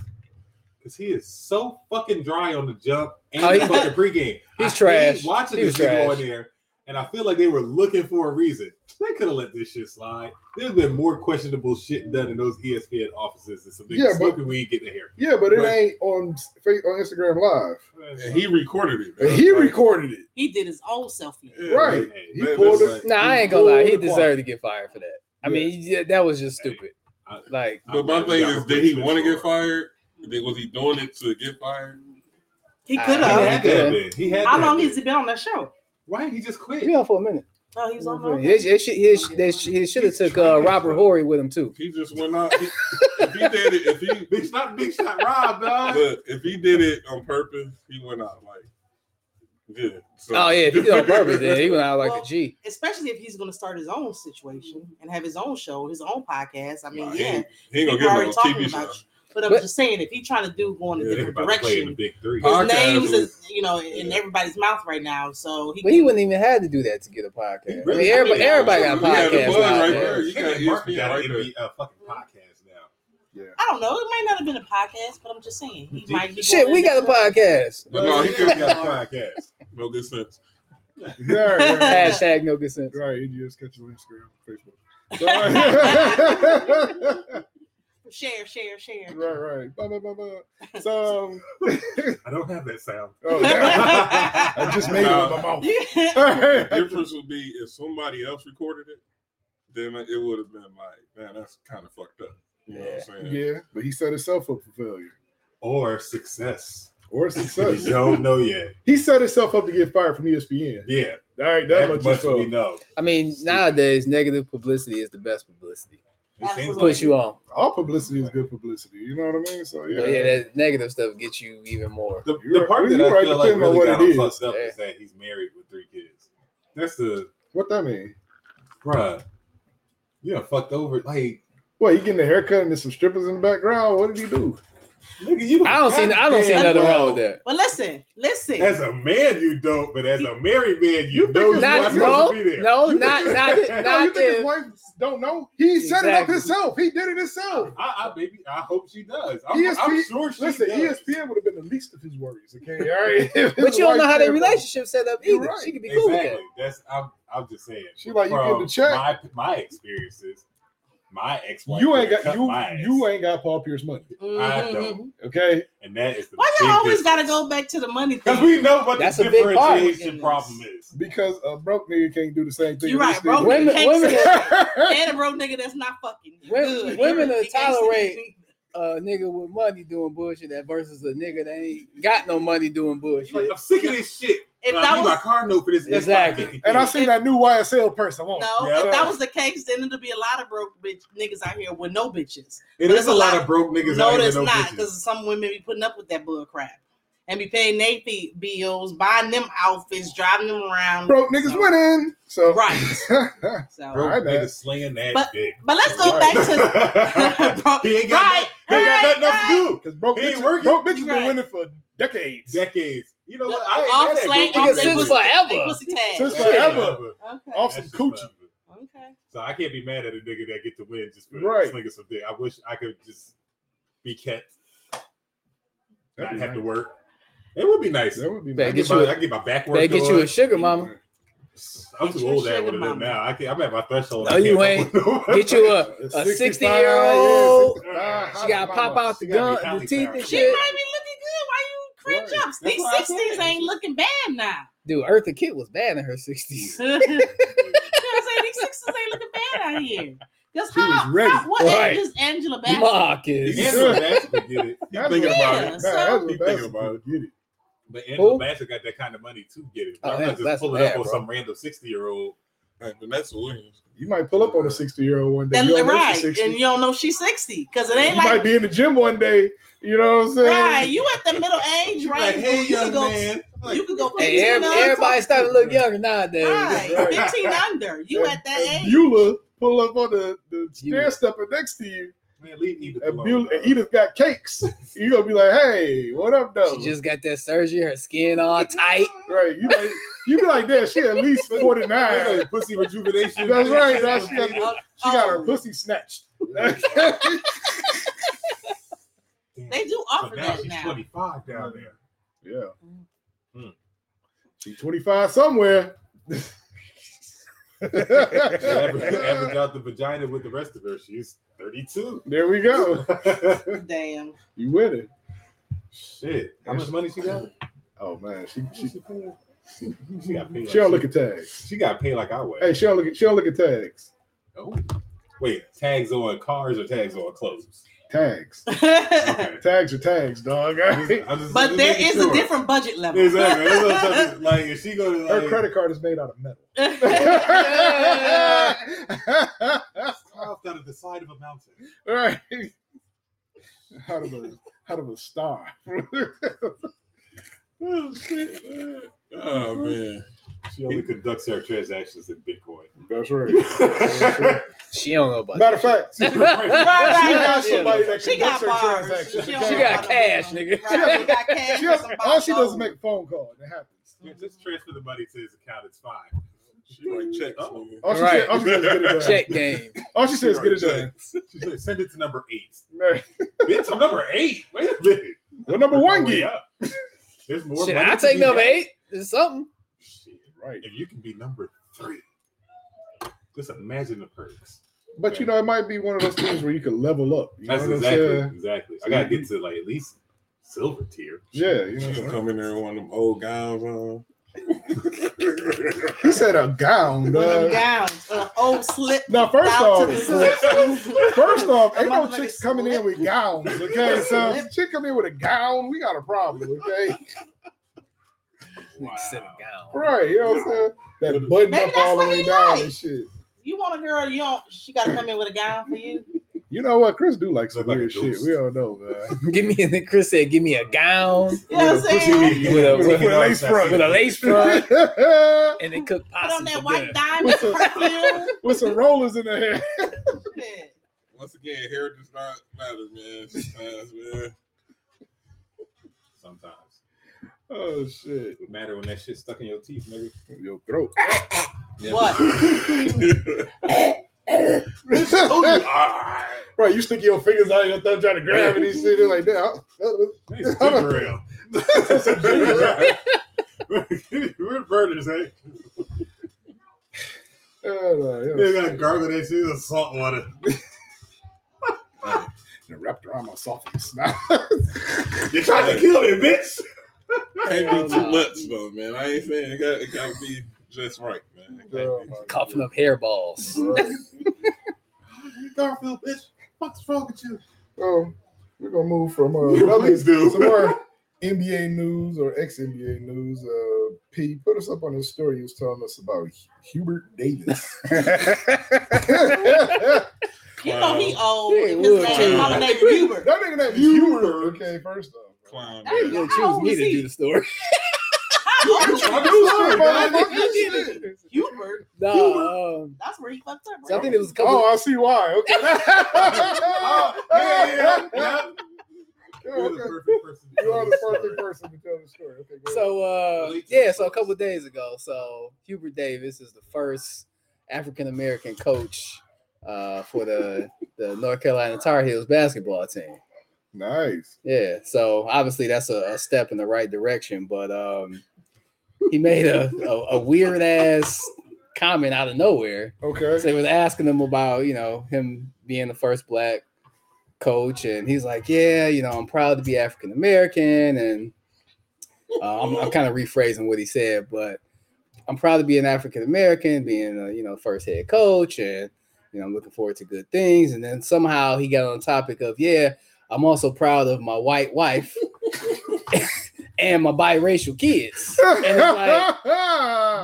Speaker 2: because he is so fucking dry on the jump and
Speaker 6: Oh,
Speaker 2: the
Speaker 6: he-
Speaker 2: fucking pregame.
Speaker 6: he's
Speaker 2: I hate
Speaker 6: trash.
Speaker 2: Watching
Speaker 6: He
Speaker 2: this
Speaker 6: was
Speaker 2: nigga
Speaker 6: trash.
Speaker 2: on there, And I feel like they were looking for a reason. They could have let this shit slide. There's been more questionable shit done in those E ESPN offices than some niggas
Speaker 3: Yeah, but-
Speaker 2: smoking weed getting hair.
Speaker 3: Yeah, but it
Speaker 5: Right.
Speaker 3: ain't on Fa- on Instagram Live.
Speaker 5: And he recorded it.
Speaker 3: And he recorded it.
Speaker 4: He did his own selfie.
Speaker 5: Yeah,
Speaker 3: right.
Speaker 2: man.
Speaker 3: He
Speaker 5: Man,
Speaker 3: pulled
Speaker 5: that's like-
Speaker 3: it.
Speaker 6: Nah, I ain't gonna lie. He deserved to get fired for that. I mean, yeah, that was just stupid.
Speaker 2: I-
Speaker 6: Like,
Speaker 5: But my thing is, did he want to get fired? Did, was he doing it to get fired?
Speaker 4: He could
Speaker 2: He
Speaker 6: I-
Speaker 4: have.
Speaker 2: had to have been. He had to
Speaker 4: How
Speaker 2: have
Speaker 4: Uh, long
Speaker 2: been.
Speaker 4: has he been on that show?
Speaker 2: Why didn't he just quit?
Speaker 6: you know, for a minute.
Speaker 4: Oh, he was on. the-
Speaker 6: They, they should, he, should- they should, he should have took uh, Robert Horry with him too.
Speaker 5: He just went out. He, if he did it, if he
Speaker 2: Big shot, big shot, Rob, dog.
Speaker 5: look, if he did it on purpose, he went out like. Yeah. So.
Speaker 6: Oh yeah, if he did on purpose. Yeah, he went out like
Speaker 4: Well,
Speaker 6: a G.
Speaker 4: Especially if he's going to start his own situation and have his own show, his own podcast. I mean,
Speaker 5: Nah, he
Speaker 4: yeah,
Speaker 5: ain't- he ain't gonna
Speaker 4: people
Speaker 5: get
Speaker 4: already
Speaker 5: no
Speaker 4: talking
Speaker 5: TV show.
Speaker 4: about you. But I'm
Speaker 6: But-
Speaker 4: just saying, if he's trying to do going a
Speaker 5: Yeah,
Speaker 2: They're
Speaker 4: different
Speaker 2: about to play in the
Speaker 4: direction,
Speaker 2: big three.
Speaker 5: Huh?
Speaker 4: his
Speaker 5: Podcast
Speaker 4: names
Speaker 5: was-
Speaker 4: is you know in
Speaker 5: yeah.
Speaker 4: everybody's mouth right now. So he,
Speaker 6: But he wouldn't even had to do that to get a podcast. I mean,
Speaker 2: Really?
Speaker 6: everybody,
Speaker 2: I mean,
Speaker 6: everybody got a
Speaker 5: we had the
Speaker 6: podcast
Speaker 5: buzz
Speaker 6: out
Speaker 5: right
Speaker 6: there.
Speaker 5: there. You got
Speaker 2: Mark
Speaker 5: ESPN
Speaker 2: got
Speaker 5: right
Speaker 2: an
Speaker 5: there.
Speaker 2: NBA, uh, fucking podcast now.
Speaker 4: I don't know. It might not have been a podcast, but I'm just saying he
Speaker 2: Gee.
Speaker 4: might. Be
Speaker 6: Shit,
Speaker 4: going
Speaker 6: we
Speaker 4: in
Speaker 6: got a
Speaker 4: different-
Speaker 6: podcast.
Speaker 5: But no, he
Speaker 2: Yeah,
Speaker 5: could have got
Speaker 2: got a podcast.
Speaker 5: no good sense.
Speaker 3: Yeah, right,
Speaker 6: Hashtag no good sense.
Speaker 3: right. He just catch you on Instagram, Facebook. So, uh, right.
Speaker 4: Share, share, share.
Speaker 3: right, right. Blah, blah, blah, blah. So, um,
Speaker 2: I don't have that sound.
Speaker 3: oh, yeah. I just made it with my mouth.
Speaker 5: The difference would be if somebody else recorded it, then it would have been like, man, that's kind of fucked up. You know what I'm saying?
Speaker 3: yeah, but he set himself up for failure
Speaker 2: or success.
Speaker 3: or
Speaker 2: You
Speaker 3: success.
Speaker 2: don't know yet.
Speaker 3: he set himself up to get fired from E ESPN.
Speaker 2: Yeah,
Speaker 3: All right, that
Speaker 2: that
Speaker 3: much
Speaker 2: much
Speaker 3: is
Speaker 2: we
Speaker 3: so.
Speaker 2: know.
Speaker 6: I mean, nowadays negative publicity is the best publicity.
Speaker 2: It seems
Speaker 4: Absolutely.
Speaker 2: like
Speaker 6: Push you on.
Speaker 3: All publicity is good publicity. You know what I mean? So yeah,
Speaker 6: But yeah, that negative stuff gets you even more.
Speaker 2: the,
Speaker 3: You're
Speaker 2: the part
Speaker 3: right.
Speaker 2: that
Speaker 3: You're
Speaker 2: I
Speaker 3: right,
Speaker 2: feel like
Speaker 3: depending on
Speaker 2: really
Speaker 3: what
Speaker 2: got
Speaker 3: it
Speaker 2: him
Speaker 3: is.
Speaker 2: fucked up
Speaker 6: Yeah.
Speaker 2: is that he's married with three kids. That's the
Speaker 3: what that mean?
Speaker 2: bruh. You done fucked over. Like
Speaker 3: What he getting a haircut and there's some strippers in the background? What did he do?
Speaker 2: nigga, you.
Speaker 6: I don't see I don't see nothing wrong with that.
Speaker 4: But listen, listen.
Speaker 2: As a man, you don't. But as a married man,
Speaker 3: You
Speaker 2: you, know
Speaker 3: think
Speaker 2: you're
Speaker 3: it's
Speaker 2: not
Speaker 6: Not
Speaker 3: Why
Speaker 6: no,
Speaker 2: supposed to be there.
Speaker 6: no, not not
Speaker 3: No, you
Speaker 6: not
Speaker 3: think his
Speaker 6: if.
Speaker 3: wife don't know? He set it up
Speaker 6: Exactly.
Speaker 3: himself. He did it himself.
Speaker 2: I, I baby, I hope she does. I'm,
Speaker 5: E
Speaker 2: I'm
Speaker 3: ESP
Speaker 2: sure she
Speaker 3: Listen, E
Speaker 2: does.
Speaker 3: ESPN would have been the least of his worries. Okay, all right.
Speaker 6: But you don't know how
Speaker 3: they
Speaker 6: their relationship set up
Speaker 3: You're
Speaker 6: either.
Speaker 3: right.
Speaker 6: She could be cool with
Speaker 2: Exactly.
Speaker 6: that.
Speaker 2: That's I'm. I'm just saying.
Speaker 3: She like, you
Speaker 2: from
Speaker 3: get the check.
Speaker 2: My my experiences. My ex wife.
Speaker 3: You ain't got you. You ain't got Paul Pierce money.
Speaker 2: I don't.
Speaker 4: Mhm.
Speaker 3: Okay,
Speaker 2: And that is the
Speaker 4: Why y'all always got to go back to the money
Speaker 2: Because
Speaker 4: thing?
Speaker 2: we know what
Speaker 6: That's
Speaker 2: the
Speaker 6: a big part.
Speaker 2: differentiation problem is.
Speaker 3: because a broke nigga can't do the same thing.
Speaker 4: You're
Speaker 3: as this
Speaker 4: right, broke
Speaker 3: nigga.
Speaker 4: nigga
Speaker 6: Women-
Speaker 4: can't
Speaker 6: women-
Speaker 4: say that. and a broke nigga that's not fucking.
Speaker 6: Women-
Speaker 4: Good.
Speaker 6: women
Speaker 4: He
Speaker 6: will
Speaker 4: can't say that.
Speaker 6: tolerate- A nigga with money doing bullshit that versus a nigga that ain't got no money doing bullshit.
Speaker 2: Like, I'm sick of this shit.
Speaker 4: If
Speaker 2: Nah,
Speaker 4: that
Speaker 2: you got
Speaker 4: was
Speaker 2: car note for this. That's
Speaker 6: Exactly.
Speaker 2: fine.
Speaker 3: And I seen that new YSL person. I want it.
Speaker 4: no,
Speaker 2: Yeah.
Speaker 4: if that was the case, then it'd be a lot of broke bitch niggas out here with no bitches.
Speaker 2: it is a lot of broke niggas out
Speaker 4: no,
Speaker 2: here
Speaker 4: there's
Speaker 2: that don't
Speaker 4: not,
Speaker 2: bitches.
Speaker 4: because some women be putting up with that bull crap and be paying their fee- bills, buying them outfits, driving them around.
Speaker 3: Broke niggas winning. So
Speaker 4: right?
Speaker 3: right.
Speaker 4: So,
Speaker 2: Broke
Speaker 3: Alright, man.
Speaker 2: niggas slinging that dick.
Speaker 4: but let's go
Speaker 3: Right.
Speaker 4: back to Bro-
Speaker 2: he ain't got,
Speaker 4: right,
Speaker 2: no, he ain't got
Speaker 4: right,
Speaker 2: nothing to
Speaker 3: Because broke
Speaker 2: He ain't
Speaker 3: bitches,
Speaker 2: working.
Speaker 3: broke bitches been
Speaker 4: Right.
Speaker 3: winning for decades.
Speaker 2: do. Decades. You know what? I ain't
Speaker 4: off
Speaker 2: mad at
Speaker 4: slang,
Speaker 2: broke
Speaker 4: off
Speaker 6: Because
Speaker 4: they
Speaker 6: since
Speaker 4: pussy,
Speaker 2: niggas.
Speaker 6: forever.
Speaker 4: they pussy tag.
Speaker 3: Since
Speaker 4: Okay.
Speaker 3: forever.
Speaker 4: Okay.
Speaker 3: Off some
Speaker 2: That's just
Speaker 3: coochie.
Speaker 2: forever.
Speaker 4: Okay.
Speaker 2: So I can't be mad at a nigga that get to win just for
Speaker 3: Right.
Speaker 2: slinging some dick. I wish I could just be kept,
Speaker 3: That'd
Speaker 2: not
Speaker 3: be
Speaker 2: have to
Speaker 3: nice.
Speaker 2: work. It would be nice.
Speaker 3: That would be
Speaker 2: I
Speaker 6: Bad.
Speaker 3: nice.
Speaker 2: get,
Speaker 6: Get you
Speaker 2: my,
Speaker 6: a-
Speaker 2: I get my back work.
Speaker 6: They get you
Speaker 2: going.
Speaker 6: a sugar mama.
Speaker 2: I'm too
Speaker 4: Get
Speaker 2: old
Speaker 4: your
Speaker 2: to have
Speaker 4: sugar
Speaker 2: one of them
Speaker 4: mama.
Speaker 2: now. I can't, I'm at my threshold.
Speaker 6: No,
Speaker 2: I can't
Speaker 6: you
Speaker 2: fuck
Speaker 6: ain't.
Speaker 2: with no one.
Speaker 6: Get you a, a
Speaker 3: 65,
Speaker 6: 60 year old.
Speaker 3: yeah, 65,
Speaker 6: She got to pop out the
Speaker 2: She gotta
Speaker 6: gun,
Speaker 2: be
Speaker 6: the
Speaker 2: Halle
Speaker 6: teeth
Speaker 2: Berry.
Speaker 6: and
Speaker 4: She
Speaker 6: shit.
Speaker 4: might be looking good. Why you cringe
Speaker 3: Right.
Speaker 4: up? These
Speaker 2: what I said.
Speaker 4: sixties ain't looking bad now.
Speaker 6: Dude, Eartha Kitt was bad in her 60s.
Speaker 4: you know what I'm saying? These sixties ain't looking bad out here. That's
Speaker 3: She
Speaker 4: how,
Speaker 3: was ready.
Speaker 4: how- what
Speaker 6: Right.
Speaker 4: age is Angela Bassett?
Speaker 2: He's
Speaker 6: Marcus.
Speaker 2: Angela Bassett could get it.
Speaker 3: That's
Speaker 5: thinking
Speaker 3: what-
Speaker 5: about
Speaker 3: Nah,
Speaker 4: it.
Speaker 3: that's
Speaker 5: He
Speaker 3: what
Speaker 5: thinking
Speaker 3: Bass
Speaker 5: about
Speaker 3: would Get it.
Speaker 2: But Angela
Speaker 6: Who?
Speaker 2: Bassett got that kind of money to get it.
Speaker 6: Oh,
Speaker 2: I'm not
Speaker 6: Angela
Speaker 2: just
Speaker 6: Bassett
Speaker 2: pulling up
Speaker 6: bad,
Speaker 2: on
Speaker 6: bro.
Speaker 2: some random 60 year old.
Speaker 5: Like Vanessa Williams.
Speaker 3: You might pull up on a 60 year old one day.
Speaker 4: That's
Speaker 3: You don't know she's
Speaker 4: right.
Speaker 3: 60.
Speaker 4: And you don't know she's 60. Because it
Speaker 3: You
Speaker 4: ain't
Speaker 3: might
Speaker 4: like
Speaker 3: be in the gym one day. You know what I'm saying?
Speaker 4: right. You at the middle age, right?
Speaker 2: Like, hey,
Speaker 4: you can
Speaker 2: young
Speaker 4: go
Speaker 2: man. Like,
Speaker 4: you could go
Speaker 6: Hey,
Speaker 4: 15
Speaker 6: everybody,
Speaker 4: under.
Speaker 6: everybody starting to look younger nowadays.
Speaker 4: Right.
Speaker 3: Right.
Speaker 4: 15 under. You at that
Speaker 3: And
Speaker 4: age.
Speaker 3: Beulah pull up on the, the stair
Speaker 6: Beulah.
Speaker 3: stepper next to you.
Speaker 2: man, leave Edith
Speaker 3: And,
Speaker 2: alone.
Speaker 3: Beulah, and Edith got cakes. you going to be like, hey, what up, though?
Speaker 6: She just got that surgery, her skin all tight.
Speaker 3: Right. You like, you be like, damn, she at least 49.
Speaker 2: That's
Speaker 3: That's
Speaker 2: like pussy rejuvenation.
Speaker 3: right. Now she, got, she
Speaker 4: Oh,
Speaker 3: got her
Speaker 4: oh,
Speaker 3: pussy snatched.
Speaker 4: They do
Speaker 2: So
Speaker 4: offer
Speaker 2: now
Speaker 4: that
Speaker 2: she's
Speaker 4: now.
Speaker 2: 25 down there.
Speaker 3: yeah.
Speaker 2: Hmm.
Speaker 3: She 25 somewhere.
Speaker 2: Average, average out the vagina with the rest of her. She's 32.
Speaker 3: there we go.
Speaker 4: Damn.
Speaker 3: You with it?
Speaker 2: Shit. How much money she got?
Speaker 3: Oh man, she she
Speaker 2: She got paid.
Speaker 3: she don't look
Speaker 2: Like,
Speaker 3: at tags.
Speaker 2: she, she got paid like I would.
Speaker 3: Hey, she don't look at she don't look at tags.
Speaker 2: Oh. Wait, tags on cars or tags on clothes?
Speaker 3: Tags.
Speaker 2: Okay.
Speaker 3: Tags are tags, dog.
Speaker 2: I'm just- I'm just-
Speaker 4: But
Speaker 2: just
Speaker 4: there
Speaker 2: making
Speaker 4: is
Speaker 2: sure.
Speaker 4: a different budget level.
Speaker 2: Exactly. That's what I'm saying. like if she go to like,
Speaker 3: Her credit card is made out of metal.
Speaker 4: That's
Speaker 2: carved out of the side of a mountain.
Speaker 3: right. Out of a out of a star. oh, shit, man.
Speaker 5: Oh man.
Speaker 2: She only conducts her transactions in Bitcoin.
Speaker 3: That's right.
Speaker 6: She don't know about
Speaker 3: Matter of fact, she got
Speaker 6: Yeah.
Speaker 3: somebody that
Speaker 4: She got
Speaker 3: conducts her
Speaker 4: bars.
Speaker 3: transactions.
Speaker 4: don't
Speaker 6: She
Speaker 4: know
Speaker 6: got
Speaker 4: how to
Speaker 6: cash,
Speaker 4: do
Speaker 6: nigga.
Speaker 4: them. Right, she got cash.
Speaker 3: She
Speaker 4: and
Speaker 3: doesn't-
Speaker 4: some
Speaker 3: all she does
Speaker 4: bottles.
Speaker 3: is make a phone call. and It happens.
Speaker 2: Yeah, just transfer the money to his account. It's fine.
Speaker 5: She like checks,
Speaker 2: Oh.
Speaker 5: nigga.
Speaker 3: All she,
Speaker 6: Right.
Speaker 3: said, all she said is get it done.
Speaker 6: check game.
Speaker 3: All she said is get it done.
Speaker 2: She said, send it to number eight.
Speaker 3: Man,
Speaker 2: Bitch, I'm number eight. Wait a minute.
Speaker 3: Well, number
Speaker 2: We're
Speaker 3: one
Speaker 2: way
Speaker 3: gig.
Speaker 2: up. There's more.
Speaker 6: Shit,
Speaker 2: money
Speaker 6: I
Speaker 2: to
Speaker 6: take
Speaker 2: be
Speaker 6: number
Speaker 2: had.
Speaker 6: eight. It's something.
Speaker 2: Shit.
Speaker 3: Right.
Speaker 2: If you can be number three, just imagine the perks.
Speaker 3: But you know, it might be one of those things where you could level up. You
Speaker 2: That's
Speaker 3: know what
Speaker 2: exactly
Speaker 3: I'm saying?
Speaker 2: exactly. I gotta get to like at least silver tier.
Speaker 3: Yeah, you know.
Speaker 5: She gonna
Speaker 3: what I'm saying?
Speaker 5: come in there with one of them old gowns on.
Speaker 3: He said a gown.
Speaker 4: One of them
Speaker 3: dog.
Speaker 4: gowns, an old slip.
Speaker 3: Now, first
Speaker 4: Out to
Speaker 3: off,
Speaker 4: the
Speaker 3: first off, ain't no
Speaker 4: Motherfucker
Speaker 3: chicks coming in with gowns. Okay, so if a chick come in with a gown, we got a problem. Okay,
Speaker 2: Wow.
Speaker 6: Sit down.
Speaker 3: right? You know what I'm saying? That button
Speaker 4: Maybe
Speaker 3: up
Speaker 4: that's
Speaker 3: all the
Speaker 4: what
Speaker 3: way
Speaker 4: he
Speaker 3: down and
Speaker 4: like.
Speaker 3: shit.
Speaker 4: You want a girl? You don't. She got to come in with a gown for you.
Speaker 3: You know what? Chris do like some
Speaker 2: Look like a
Speaker 3: weird shit.
Speaker 2: ghost.
Speaker 3: We don't know, man.
Speaker 6: Give me and then Chris said, give me a gown
Speaker 4: You know what I'm saying?
Speaker 2: Yeah,
Speaker 6: With a-
Speaker 2: we
Speaker 6: with
Speaker 2: can
Speaker 3: a lace
Speaker 2: all accept
Speaker 6: with a lace front and then cook
Speaker 4: Put on
Speaker 6: possum
Speaker 4: that
Speaker 6: for
Speaker 4: white
Speaker 6: dinner.
Speaker 4: diamond
Speaker 3: What's up?
Speaker 4: perfume.
Speaker 3: With some rollers in the hair.
Speaker 4: Shit.
Speaker 5: Once again, hair does not matter, man. Sometimes, man.
Speaker 2: it Sometimes
Speaker 3: Oh shit!
Speaker 2: it matter when that shit stuck in your teeth, nigga.
Speaker 3: Your throat.
Speaker 4: What?
Speaker 3: Right, you stick your fingers out of your thumb trying to grab it and shit. They're like, that.
Speaker 2: Nice ginger ale. We're burners, eh?
Speaker 3: uh,
Speaker 2: They got garlic, they see the salt water.
Speaker 3: and wrapped around my esophagus. Nah.
Speaker 2: You tried to kill me, bitch.
Speaker 5: Can't be
Speaker 6: Hell
Speaker 5: too
Speaker 6: no.
Speaker 5: much though, man. I ain't saying it got it gotta be just right, man. It
Speaker 3: Girl,
Speaker 5: can't
Speaker 3: my
Speaker 6: Coughing up hairballs.
Speaker 3: God.
Speaker 2: Garfield, bitch. What's wrong with you?
Speaker 3: Oh, we're gonna move from uh,
Speaker 2: Yeah, please do.
Speaker 3: some more NBA news or ex NBA news. Uh, P, put us up on this story you was telling us about Hu- Hubert Davis. that
Speaker 4: You know he old.
Speaker 6: Yeah,
Speaker 4: His
Speaker 6: would,
Speaker 4: name
Speaker 5: too.
Speaker 4: calling name Hubert.
Speaker 3: nigga name is Hubert. Okay, first off.
Speaker 5: be Clown,
Speaker 4: Hey,
Speaker 5: man.
Speaker 6: You
Speaker 4: How
Speaker 6: choose
Speaker 4: old
Speaker 6: me
Speaker 4: is
Speaker 6: to
Speaker 4: he?
Speaker 6: do the story.
Speaker 4: Hubert.
Speaker 6: No, um,
Speaker 4: That's where he fucked up.
Speaker 6: so I
Speaker 4: Right?
Speaker 6: think it was a couple.
Speaker 3: Oh, I see why. Okay.
Speaker 2: Oh, yeah, yeah, yeah. You're the
Speaker 3: Okay.
Speaker 2: perfect person. to
Speaker 3: You
Speaker 2: tell
Speaker 3: are the
Speaker 2: this
Speaker 3: perfect
Speaker 2: story.
Speaker 3: person to tell the story. Okay, go ahead.
Speaker 6: So uh yeah, so a couple of days ago, so Hubert Davis is the first African American coach uh for the the North Carolina Tar Heels basketball team.
Speaker 3: nice.
Speaker 6: Yeah, so obviously that's a, a step in the right direction, but um he made a, a, a weird ass comment out of nowhere.
Speaker 3: Okay.
Speaker 6: So they was asking him about, you know, him being the first black coach, and he's like, "Yeah, you know, I'm proud to be African American," and uh, I'm, I'm kind of rephrasing what he said, but I'm proud to be an African American, being a, you know first head coach, and you know I'm looking forward to good things. And then somehow he got on the topic of, "Yeah, I'm also proud of my white wife." And my biracial kids. And it's like,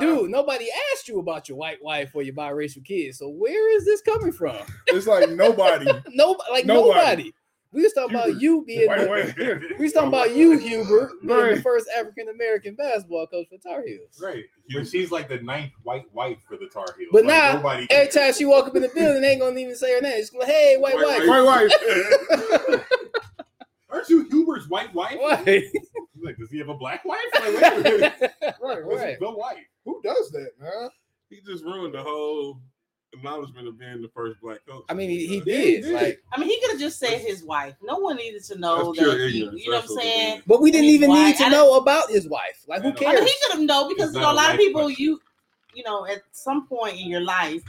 Speaker 6: dude, nobody asked you about your white wife or your biracial kids. So where is this coming from?
Speaker 3: it's like nobody.
Speaker 6: No, like
Speaker 3: Nobody.
Speaker 6: nobody. We was talking about
Speaker 3: Hubert.
Speaker 6: you being.
Speaker 3: White
Speaker 6: the-
Speaker 3: wife.
Speaker 6: we was talking about you, Hubert, being
Speaker 3: Right.
Speaker 6: the first African American basketball coach for Tar Heels.
Speaker 2: Right. When she's like the ninth white wife for the Tar Heels.
Speaker 6: But
Speaker 2: like,
Speaker 6: now,
Speaker 2: nobody
Speaker 6: Every
Speaker 2: cares.
Speaker 6: time she walk up in the building, they ain't gonna even say her name. She's gonna, hey, white
Speaker 5: White
Speaker 6: wife.
Speaker 3: My wife.
Speaker 2: Aren't you Huber's white wife?
Speaker 6: White.
Speaker 2: He's like, does he have a black wife? Like, wait a minute.
Speaker 3: Right,
Speaker 2: What's
Speaker 3: right.
Speaker 6: Right.
Speaker 2: the wife?
Speaker 3: Who does that, man?
Speaker 5: He just ruined the whole acknowledgement of being the first black coach.
Speaker 6: I mean, he, he
Speaker 5: Uh,
Speaker 6: did.
Speaker 2: did.
Speaker 6: Like,
Speaker 4: I mean, he could have just said his wife. No one needed to know
Speaker 5: That's pure
Speaker 4: that. He,
Speaker 5: ignorance.
Speaker 4: you know what I'm
Speaker 5: That's what
Speaker 4: saying?
Speaker 5: it
Speaker 6: but we didn't
Speaker 4: And
Speaker 6: even
Speaker 4: why-
Speaker 6: need
Speaker 4: I
Speaker 6: to know about his wife. Like, who
Speaker 2: I
Speaker 4: I mean,
Speaker 6: cares?
Speaker 4: he could have known because
Speaker 2: It's
Speaker 4: you
Speaker 2: not a
Speaker 4: know a lot
Speaker 2: life
Speaker 4: of people
Speaker 2: question.
Speaker 4: you you you know, at some point in your life,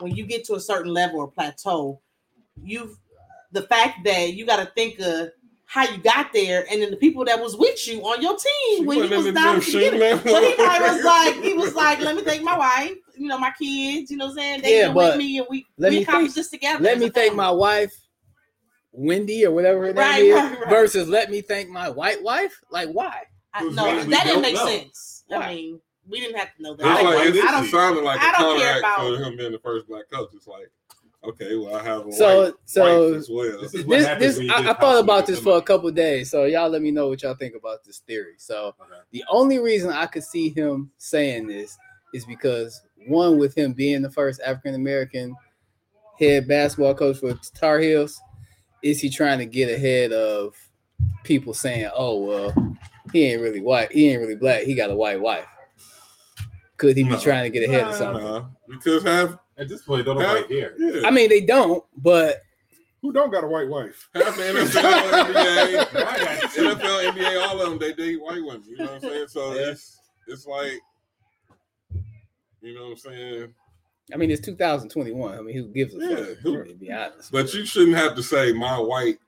Speaker 4: when you get to a certain level or plateau, you've the fact that you got to think of how you got there, and then the people that was with you on your team when you was down at the beginning. So he probably was like, he was like, let me thank my wife, you know, my kids, you know what I'm saying? They
Speaker 6: Yeah,
Speaker 4: been
Speaker 6: but
Speaker 4: with me and we,
Speaker 6: let
Speaker 4: we
Speaker 6: me
Speaker 4: accomplished
Speaker 6: think-
Speaker 4: this together.
Speaker 6: Let
Speaker 4: as
Speaker 6: me
Speaker 4: a
Speaker 6: thank
Speaker 4: family.
Speaker 6: my wife, Wendy or whatever her name
Speaker 4: Right,
Speaker 6: is,
Speaker 4: right, right.
Speaker 6: versus let me thank my white wife. Like why?
Speaker 4: I,
Speaker 2: Whose
Speaker 4: no,
Speaker 2: name we
Speaker 4: that didn't
Speaker 2: don't
Speaker 4: make
Speaker 2: know.
Speaker 4: sense.
Speaker 6: Why?
Speaker 4: I mean, we didn't have to know that.
Speaker 5: It's
Speaker 4: I,
Speaker 5: like,
Speaker 4: don't-
Speaker 5: it's,
Speaker 4: I
Speaker 5: it
Speaker 4: don't.
Speaker 5: sounded like
Speaker 4: I
Speaker 5: a
Speaker 4: don't care
Speaker 5: counteract for
Speaker 4: about-
Speaker 5: him being the first black coach. It's like, okay, well, I have a
Speaker 6: So-
Speaker 5: white,
Speaker 6: so-
Speaker 5: wife as well.
Speaker 2: This is what
Speaker 6: This,
Speaker 2: happens
Speaker 6: this
Speaker 2: when you get
Speaker 6: I, I
Speaker 2: house
Speaker 6: thought about
Speaker 2: with
Speaker 6: this for a
Speaker 2: somebody.
Speaker 6: couple days, so y'all let me know what y'all think about this theory. So
Speaker 2: Okay.
Speaker 6: the only reason I could see him saying this is because one, with him being the first African American head basketball coach for Tar Heels, is he trying to get ahead of people saying, "Oh well, he ain't really white, he ain't really black, he got a white wife." Could he be
Speaker 5: No.
Speaker 6: trying to get ahead of something?
Speaker 5: Nah, because half
Speaker 2: At this point, don't nobody care.
Speaker 5: yeah,
Speaker 6: I mean, they don't, but
Speaker 3: Who don't got a white wife?
Speaker 5: half the NFL, NBA,
Speaker 2: I got two.
Speaker 5: NFL, NBA, all of them, they date white women. You know what I'm saying? So it's it's like, you know what I'm saying.
Speaker 6: I mean, it's 2021. I mean, who gives a
Speaker 5: Yeah,
Speaker 6: fuck?
Speaker 5: who-
Speaker 6: to be honest,
Speaker 5: But you shouldn't have to say my white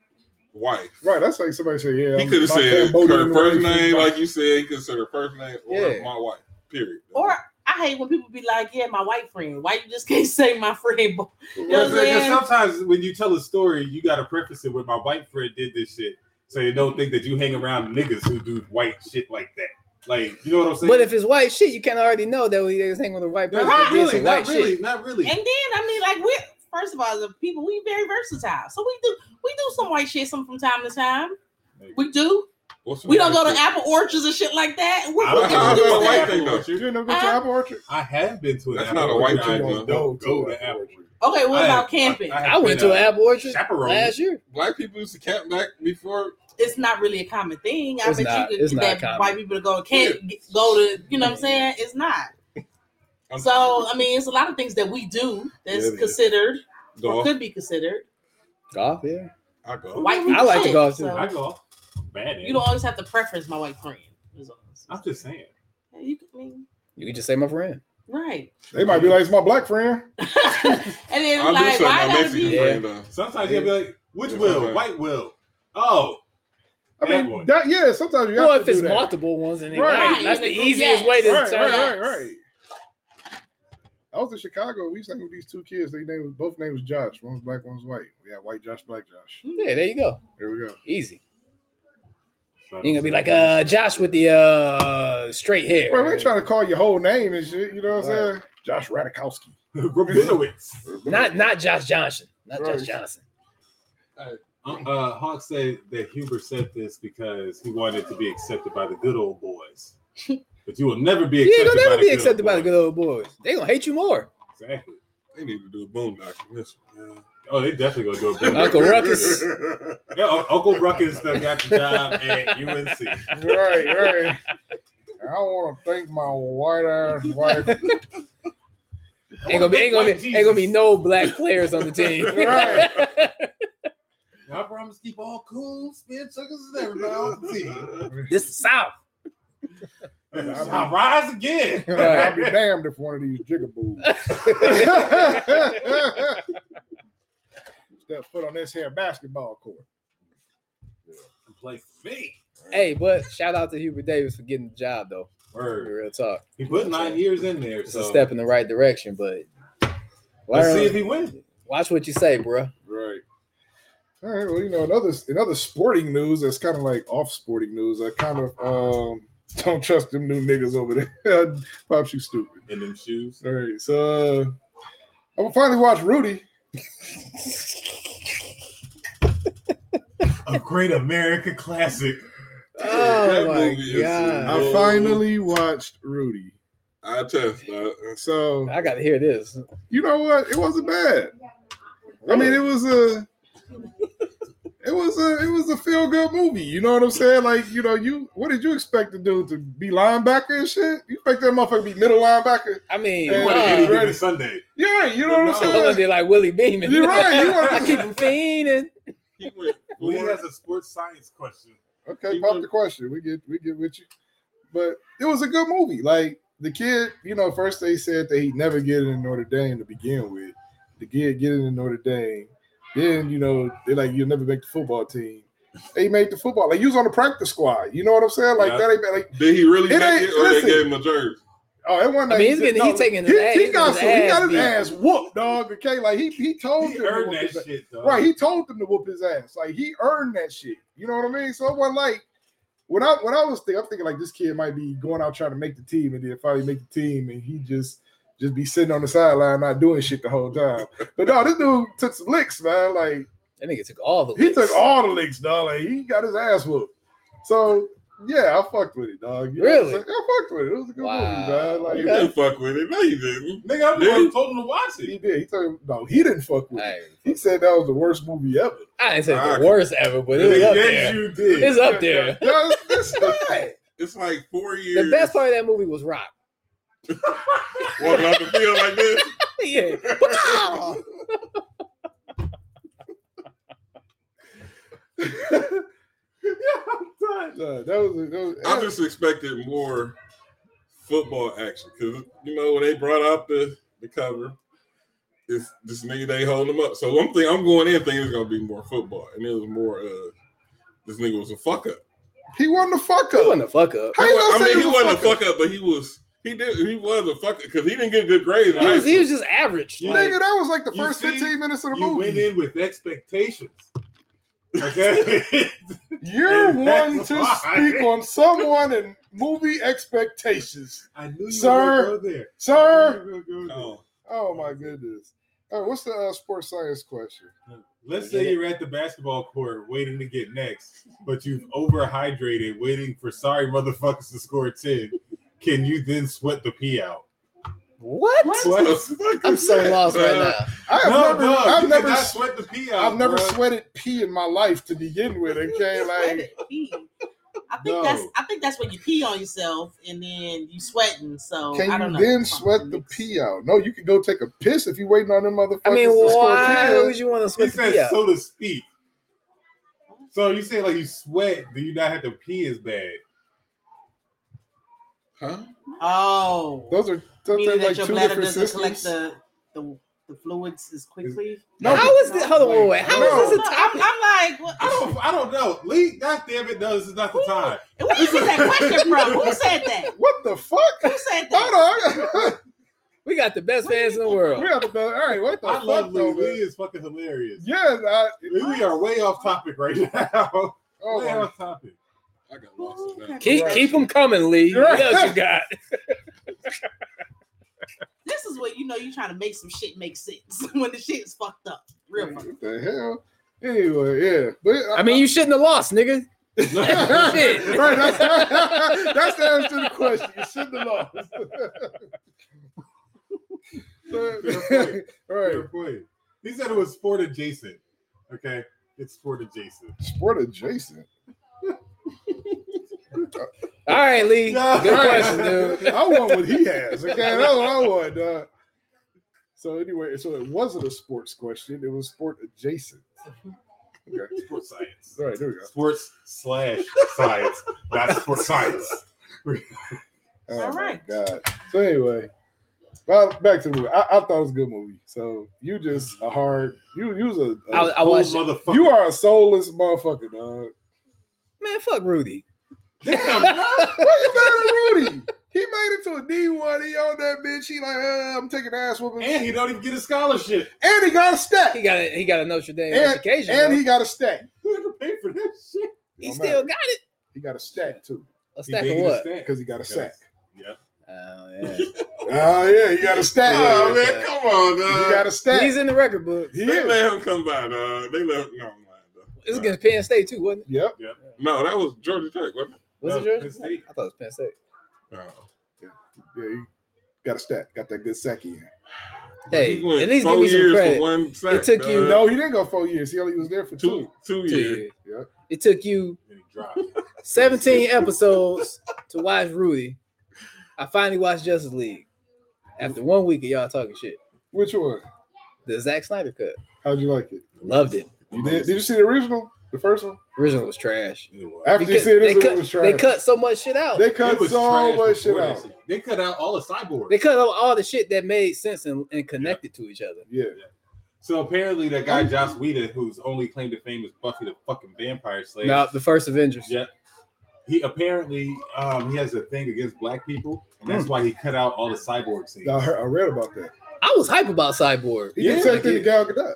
Speaker 5: wife.
Speaker 3: Right, that's like somebody said, yeah.
Speaker 5: He
Speaker 3: I'm
Speaker 5: could have
Speaker 3: my
Speaker 5: said
Speaker 3: Cambodian
Speaker 5: her first
Speaker 3: wife.
Speaker 5: name, like you said. He could have said her first name or
Speaker 6: Yeah.
Speaker 5: my wife. Period.
Speaker 4: Or I hate when people be like, "Yeah, my white friend." Why you just can't say my friend? But
Speaker 2: You
Speaker 4: know what I'm saying?
Speaker 2: sometimes when you tell a story, you gotta preface it with my white friend did this shit, so you don't think that you hang around niggas who do white shit like that. Like, you know what I'm saying?
Speaker 6: but if it's white shit, you can already know that we just hang with the white
Speaker 2: No,
Speaker 6: person.
Speaker 2: not
Speaker 6: that did
Speaker 2: really,
Speaker 6: some
Speaker 2: not
Speaker 6: white
Speaker 2: really,
Speaker 6: shit.
Speaker 2: not
Speaker 4: and then
Speaker 2: really.
Speaker 4: I mean, like we first of all, as a people, we very versatile, so we do we do some white shit, some from time to time. We do.
Speaker 5: What's
Speaker 4: We don't go to apple orchards and shit like that. We're
Speaker 2: I don't
Speaker 4: we
Speaker 2: know
Speaker 5: That's not
Speaker 4: do
Speaker 5: a
Speaker 4: do
Speaker 5: white
Speaker 4: stuff.
Speaker 5: thing though.
Speaker 3: You didn't know go to
Speaker 4: Huh?
Speaker 3: Apple Orchard?
Speaker 2: I have been to an
Speaker 5: That's
Speaker 2: apple
Speaker 5: not a white
Speaker 2: orchard, I
Speaker 5: people
Speaker 2: just
Speaker 5: don't
Speaker 2: don't go to
Speaker 3: Apple
Speaker 2: apple.
Speaker 3: Orchard.
Speaker 4: Okay, what
Speaker 2: I-
Speaker 4: about camping?
Speaker 2: I-
Speaker 6: I went
Speaker 2: been
Speaker 6: to an
Speaker 2: a
Speaker 6: apple orchard
Speaker 2: chaperone.
Speaker 6: last year.
Speaker 5: Black people used to camp back before.
Speaker 4: it's not really a common thing. I
Speaker 6: It's
Speaker 4: bet
Speaker 6: not-
Speaker 4: you
Speaker 6: it's
Speaker 4: could
Speaker 6: not
Speaker 4: get
Speaker 6: common.
Speaker 4: that white people to go can't get- go to. You know what I'm saying? It's not.
Speaker 5: I'm-
Speaker 4: So I mean, it's a lot of things that we do that's
Speaker 5: Yeah, it is.
Speaker 4: considered or
Speaker 5: Golf.
Speaker 4: could be considered
Speaker 6: Golf, yeah.
Speaker 5: I go.
Speaker 4: white.
Speaker 6: I like to
Speaker 4: shit.
Speaker 6: golf, too.
Speaker 4: So
Speaker 2: I go bad.
Speaker 4: you don't always have to preference my white friend. is all I'm saying.
Speaker 2: I'm just saying.
Speaker 4: You could- I mean,
Speaker 6: You can just say my friend.
Speaker 4: right?
Speaker 3: They might be like, it's my black friend.
Speaker 4: and then
Speaker 5: I do
Speaker 4: like,
Speaker 5: say
Speaker 4: why
Speaker 5: my
Speaker 4: gotta
Speaker 5: Mexican
Speaker 4: be?
Speaker 5: friend though.
Speaker 2: Sometimes you'll be like, which
Speaker 5: Yeah.
Speaker 2: will? White will. Oh,
Speaker 3: I
Speaker 2: That
Speaker 3: mean,
Speaker 2: one.
Speaker 3: that, yeah, sometimes you have
Speaker 6: Well,
Speaker 3: to
Speaker 6: if it's
Speaker 3: do that.
Speaker 6: multiple ones, and
Speaker 3: Right.
Speaker 6: right. that's the
Speaker 4: Yes.
Speaker 6: easiest way to
Speaker 3: right,
Speaker 6: turn
Speaker 3: right, right,
Speaker 6: it.
Speaker 3: right. I was in Chicago. We sang with these two kids. They name was both names was Josh. One was black, one was white. We had white Josh, black Josh.
Speaker 6: Yeah, there you go.
Speaker 3: There we go.
Speaker 6: Easy. You gonna be like uh Josh with the uh straight hair.
Speaker 3: Well, we ain't trying to call your whole name and shit. You know what I'm
Speaker 6: Right.
Speaker 3: saying? Josh Radikowski.
Speaker 2: Rabinowitz.
Speaker 6: Not not Josh Johnson. Not
Speaker 3: Right.
Speaker 6: Josh Johnson.
Speaker 2: Um, uh, Hawk said that Huber said this because he wanted to be accepted by the good old boys. But you will never be
Speaker 6: You ain't
Speaker 2: accepted.
Speaker 6: gonna never
Speaker 2: by the
Speaker 6: be
Speaker 2: good
Speaker 6: accepted
Speaker 2: old
Speaker 6: by the good
Speaker 2: boys.
Speaker 6: old boys. They gonna hate you more.
Speaker 2: Exactly.
Speaker 5: They need to do a boondock. This one,
Speaker 2: Oh, they definitely gonna do a
Speaker 5: yeah.
Speaker 2: good.
Speaker 6: Uncle Ruckus.
Speaker 2: yeah, Un- Uncle Ruckus done got the job at UNC.
Speaker 3: right, right. I want to thank my white ass wife.
Speaker 6: Ain't gonna be ain't gonna be ain't gonna be no black players on the team.
Speaker 3: Right.
Speaker 2: I promise to keep all cool, spin suckers, and everybody on the team.
Speaker 6: this is South.
Speaker 2: I rise again.
Speaker 3: I'll be damned if one of these jigaboos step foot on this here basketball court.
Speaker 2: Play fake.
Speaker 6: Hey, but shout out to Hubert Davis for getting the job though.
Speaker 2: Word.
Speaker 6: Real talk.
Speaker 2: He put nine years in there,
Speaker 6: It's
Speaker 2: so
Speaker 6: a step in the right direction, but
Speaker 2: let's see
Speaker 6: learn-
Speaker 2: if he wins.
Speaker 6: watch what you say, bro.
Speaker 3: Right. All right. Well, you know, another another sporting news that's kind of like off sporting news. I kind of um don't trust them new niggas over there. Pops, you stupid.
Speaker 2: in them shoes.
Speaker 3: All right. So uh, I finally watched Rudy.
Speaker 2: A great American classic.
Speaker 5: That
Speaker 6: Oh
Speaker 5: movie is-
Speaker 6: my god.
Speaker 3: I finally watched Rudy.
Speaker 5: I test that.
Speaker 3: So
Speaker 6: I gotta hear this.
Speaker 3: you know what? It wasn't bad. I mean, it was a, it was a, it was a feel good movie. You know what I'm saying? Like, you know, you what did you expect to do to be linebacker and shit? You expect that motherfucker to be middle linebacker?
Speaker 6: I mean,
Speaker 3: Hey,
Speaker 2: You
Speaker 3: what
Speaker 2: want
Speaker 6: nah,
Speaker 2: any
Speaker 3: did
Speaker 2: given
Speaker 3: right.
Speaker 2: Sunday.
Speaker 3: Yeah, right, you know what I'm
Speaker 2: he-
Speaker 6: I
Speaker 3: saying.
Speaker 6: wanna be like Willie Beeman.
Speaker 3: You're right, you are-
Speaker 6: I keep him fiending.
Speaker 5: He went
Speaker 2: Well, he
Speaker 5: four,
Speaker 2: has a sports science question.
Speaker 3: Okay, pop the question. We get we get with you, but it was a good movie. Like the kid, you know, first they said that he never get in Notre Dame to begin with. The kid get in Notre Dame. Then, you know, they're like, you'll never make the football team. They made the football. Like, you was on the practice squad. You know what I'm saying? Like,
Speaker 5: Yeah.
Speaker 3: that ain't bad. Like,
Speaker 5: Did he really
Speaker 3: It
Speaker 5: make
Speaker 3: ain't-
Speaker 5: it, or
Speaker 3: listen.
Speaker 5: they gave him a jersey?
Speaker 3: oh, it wasn't
Speaker 6: I
Speaker 3: like
Speaker 6: mean, he's getting,
Speaker 3: no,
Speaker 6: he's taking his
Speaker 3: he,
Speaker 6: ass.
Speaker 3: he
Speaker 6: he's
Speaker 3: got some,
Speaker 6: getting
Speaker 3: he got his
Speaker 6: beat.
Speaker 3: ass whooped, dog. Okay, like he he told
Speaker 2: He
Speaker 3: them to
Speaker 2: earned
Speaker 3: whoop
Speaker 2: that
Speaker 3: his ass.
Speaker 2: shit, though.
Speaker 3: Right, he told them to whoop his ass. Like he earned that shit. You know what I mean? So it wasn't like when I when I was thinking, I'm thinking like this kid might be going out trying to make the team and then finally make the team and he just just be sitting on the sideline not doing shit the whole time. But no, this dude took some licks, man. Like
Speaker 6: That nigga took all the.
Speaker 3: he
Speaker 6: licks.
Speaker 3: took all the licks, dog. Like he got his ass whooped. So yeah, I fucked with it, dog. You know what I'm
Speaker 6: Really?
Speaker 3: saying? I fucked with it. It was a good
Speaker 6: Wow.
Speaker 3: movie, man. Like
Speaker 5: You
Speaker 6: Okay.
Speaker 5: didn't fuck with it. No, you didn't.
Speaker 2: Nigga, I'm the one who told him to watch
Speaker 3: he
Speaker 2: it.
Speaker 3: did. He told no, he didn't fuck with it.
Speaker 6: I,
Speaker 3: He said that was the worst movie ever.
Speaker 6: I didn't say
Speaker 5: Alright.
Speaker 6: the worst ever, but it was up
Speaker 2: Yes,
Speaker 6: there.
Speaker 2: you did.
Speaker 6: It's up there.
Speaker 3: No, it's not.
Speaker 5: It's like four years.
Speaker 6: The best part of that movie was Rock.
Speaker 5: Walking off the field like this.
Speaker 6: yeah.
Speaker 3: No, that was, that was
Speaker 5: I just expected more football action because you know when they brought out the the cover, it's this nigga they holding him up. So I'm think I'm going in thinking it's gonna be more football, and it was more. uh This nigga was a fuck up.
Speaker 3: he won the fuck
Speaker 6: Who in
Speaker 3: up.
Speaker 6: the fuck up?
Speaker 3: How you gonna
Speaker 5: I
Speaker 3: say
Speaker 5: mean, he wasn't a
Speaker 3: fuck up?
Speaker 5: fuck up, but he was. He did. He was a fuck up because he didn't get good grades. in
Speaker 6: He
Speaker 5: high
Speaker 6: was, he
Speaker 5: school.
Speaker 6: was just average. Like,
Speaker 3: Nigga, that was like the
Speaker 2: You
Speaker 3: first
Speaker 2: see,
Speaker 3: 15 minutes of the
Speaker 2: You went
Speaker 3: movie.
Speaker 2: in with expectations. Okay.
Speaker 3: You're
Speaker 2: and
Speaker 3: one
Speaker 2: that's
Speaker 3: to
Speaker 2: why.
Speaker 3: speak on someone and movie expectations,
Speaker 2: I knew you
Speaker 3: Sir.
Speaker 2: were gonna go there.
Speaker 3: sir.
Speaker 2: You were gonna go
Speaker 5: Oh,
Speaker 3: Oh my goodness. All right, what's the uh, sports science question?
Speaker 2: there. Let's say you're at the basketball court waiting to get next, but you've overhydrated waiting for sorry motherfuckers to score 10. Can you then sweat the pee out?
Speaker 6: what?
Speaker 5: what the
Speaker 2: What?
Speaker 5: fuck
Speaker 6: I'm
Speaker 5: is
Speaker 6: so
Speaker 5: that,
Speaker 6: lost right
Speaker 5: man?
Speaker 6: now.
Speaker 3: I have
Speaker 2: No,
Speaker 3: never,
Speaker 2: no,
Speaker 3: I've never,
Speaker 2: I
Speaker 3: s-
Speaker 2: sweat the pee out.
Speaker 3: I've never
Speaker 2: bruh.
Speaker 3: sweated pee in my life to begin with. Okay,
Speaker 4: Sweat
Speaker 3: like
Speaker 4: it, pee. I think
Speaker 2: No.
Speaker 4: that's I think that's when you pee on yourself and then you sweating. So I
Speaker 3: Can
Speaker 4: don't
Speaker 3: you
Speaker 4: know.
Speaker 3: then sweat the pee out? No, you can go take a piss if you waiting on them motherfuckers.
Speaker 6: I mean,
Speaker 3: to score
Speaker 6: why
Speaker 3: 10.
Speaker 6: would you want to
Speaker 2: He
Speaker 6: sweat the pee
Speaker 2: said,
Speaker 6: out?
Speaker 2: so to speak. So you say like you sweat, do you not have to pee as bad?
Speaker 5: Huh?
Speaker 4: Oh,
Speaker 3: Those are sometimes
Speaker 4: meaning that
Speaker 3: like
Speaker 4: your
Speaker 3: two
Speaker 4: bladder
Speaker 3: different
Speaker 4: doesn't collect
Speaker 3: systems.
Speaker 4: the, the the fluids as quickly.
Speaker 3: No,
Speaker 6: How is this? Hold on, wait, wait. How is
Speaker 3: No.
Speaker 6: this a
Speaker 4: I'm,
Speaker 6: topic?
Speaker 4: I'm like, what,
Speaker 2: I don't I don't know. Lee, goddamn it, no, this is not the time.
Speaker 4: and where you get that question from? Who said that?
Speaker 3: what the fuck?
Speaker 4: Who said that?
Speaker 3: Hold on.
Speaker 6: We got the best fans in the
Speaker 3: we
Speaker 6: world.
Speaker 3: got the bell. All right, what the
Speaker 2: I
Speaker 3: fuck
Speaker 2: love Lee.
Speaker 3: though,
Speaker 2: Lee
Speaker 3: man?
Speaker 2: is fucking hilarious.
Speaker 3: Yeah, I,
Speaker 2: Lee, we are way off topic right now.
Speaker 3: oh
Speaker 2: way
Speaker 3: my.
Speaker 2: off topic.
Speaker 5: I got lost. in that.
Speaker 6: Keep
Speaker 3: Right.
Speaker 6: keep them coming, Lee. What
Speaker 3: Right.
Speaker 6: else you got?
Speaker 4: This is what you know. You're trying to make some shit make sense when the shit's fucked up. Real fucked.
Speaker 3: What the hell? Anyway, yeah, but
Speaker 6: I mean, you shouldn't have lost, nigga. shit.
Speaker 3: right, that's, that's the answer to the question. You shouldn't have lost.
Speaker 2: Fair
Speaker 3: right,
Speaker 2: Fair point. He said it was sport adjacent. Okay. It's sport adjacent.
Speaker 3: sport adjacent.
Speaker 6: All right, Lee.
Speaker 2: No.
Speaker 6: Good question, dude.
Speaker 3: I want what he has. Okay, that's what I want. dog. so anyway, so it wasn't a sports question; it was sport adjacent. Okay,
Speaker 2: Sports science.
Speaker 3: all right, there we go.
Speaker 2: Sports slash science. That's sports science.
Speaker 3: Oh,
Speaker 4: All
Speaker 3: my
Speaker 4: right.
Speaker 3: God. So anyway, well, back to the movie. I, I thought it was a good movie. So you just a hard you you was a, a
Speaker 6: I, I watched. it.
Speaker 2: motherfucker.
Speaker 3: you are a soulless motherfucker, dog.
Speaker 6: Man, fuck Rudy.
Speaker 3: What you mad at Rudy? He made it to a D one. He on that bitch. He like, uh, I'm taking ass whooping,
Speaker 2: and he don't even get a scholarship.
Speaker 3: and he got a stack,
Speaker 6: He got a, he got a Notre Dame
Speaker 3: And-
Speaker 6: education.
Speaker 3: and
Speaker 6: though.
Speaker 3: he got a stack.
Speaker 2: Who ever paid for that shit?
Speaker 6: he,
Speaker 3: No
Speaker 6: still
Speaker 3: matter.
Speaker 6: got it.
Speaker 3: He got a stack too.
Speaker 6: A stack
Speaker 2: He
Speaker 6: of
Speaker 2: made it a
Speaker 6: what?
Speaker 2: stack.
Speaker 3: because he got a sack.
Speaker 6: Oh, yeah.
Speaker 3: Oh yeah, he got a stack.
Speaker 5: Oh
Speaker 3: man.
Speaker 5: man, come on,
Speaker 3: He
Speaker 5: dog.
Speaker 3: got a stack.
Speaker 6: He's in the record book.
Speaker 3: he
Speaker 5: they
Speaker 3: is.
Speaker 5: let him come by, dog. They let no, I'm lying, dog.
Speaker 6: It was against Penn State too, wasn't it?
Speaker 3: Yep.
Speaker 5: No, that was Georgia Tech, wasn't it?
Speaker 6: Was
Speaker 2: No,
Speaker 6: it Georgia?
Speaker 2: Penn State.
Speaker 6: I thought it was Penn State.
Speaker 5: No.
Speaker 3: Yeah, he got a stack. Got that good sack in.
Speaker 6: Hey,
Speaker 5: He went
Speaker 6: at least
Speaker 5: four
Speaker 6: give me some
Speaker 5: years
Speaker 6: credit.
Speaker 5: for one sack.
Speaker 6: It took you-
Speaker 5: dog.
Speaker 3: No, he didn't go four years. He only was there for two.
Speaker 5: two two
Speaker 6: Two
Speaker 5: years.
Speaker 6: years.
Speaker 3: Yeah.
Speaker 6: It took you
Speaker 2: And he dropped.
Speaker 6: 17 episodes to watch Rudy. I finally watched Justice League after one week of y'all talking shit.
Speaker 3: Which one?
Speaker 6: The Zack Snyder cut.
Speaker 3: How'd you like it?
Speaker 6: Loved it.
Speaker 3: You did? Did you see the original? The The first one.
Speaker 6: Original was trash.
Speaker 3: After you
Speaker 6: Because
Speaker 3: see it,
Speaker 6: they,
Speaker 3: this
Speaker 6: cut,
Speaker 3: one was
Speaker 6: they
Speaker 3: trash.
Speaker 6: cut so much shit out. They,
Speaker 3: They cut so much shit out.
Speaker 2: They cut out all the cyborgs.
Speaker 6: cut out all the shit that made sense and, and connected to each other.
Speaker 3: Yeah.
Speaker 2: so apparently that guy Josh Whedon, whose only claim to fame is Buffy the fucking Vampire Slayer.
Speaker 6: Now the first Avengers.
Speaker 2: Yeah. He apparently um, he has a thing against black people, and
Speaker 6: Hmm.
Speaker 2: that's why he cut out all the cyborg scenes.
Speaker 3: I, heard, I read about that.
Speaker 6: I was hype about Cyborg.
Speaker 3: He
Speaker 2: Yeah,
Speaker 3: yeah, detected
Speaker 6: yeah.
Speaker 3: the Gal Gadot.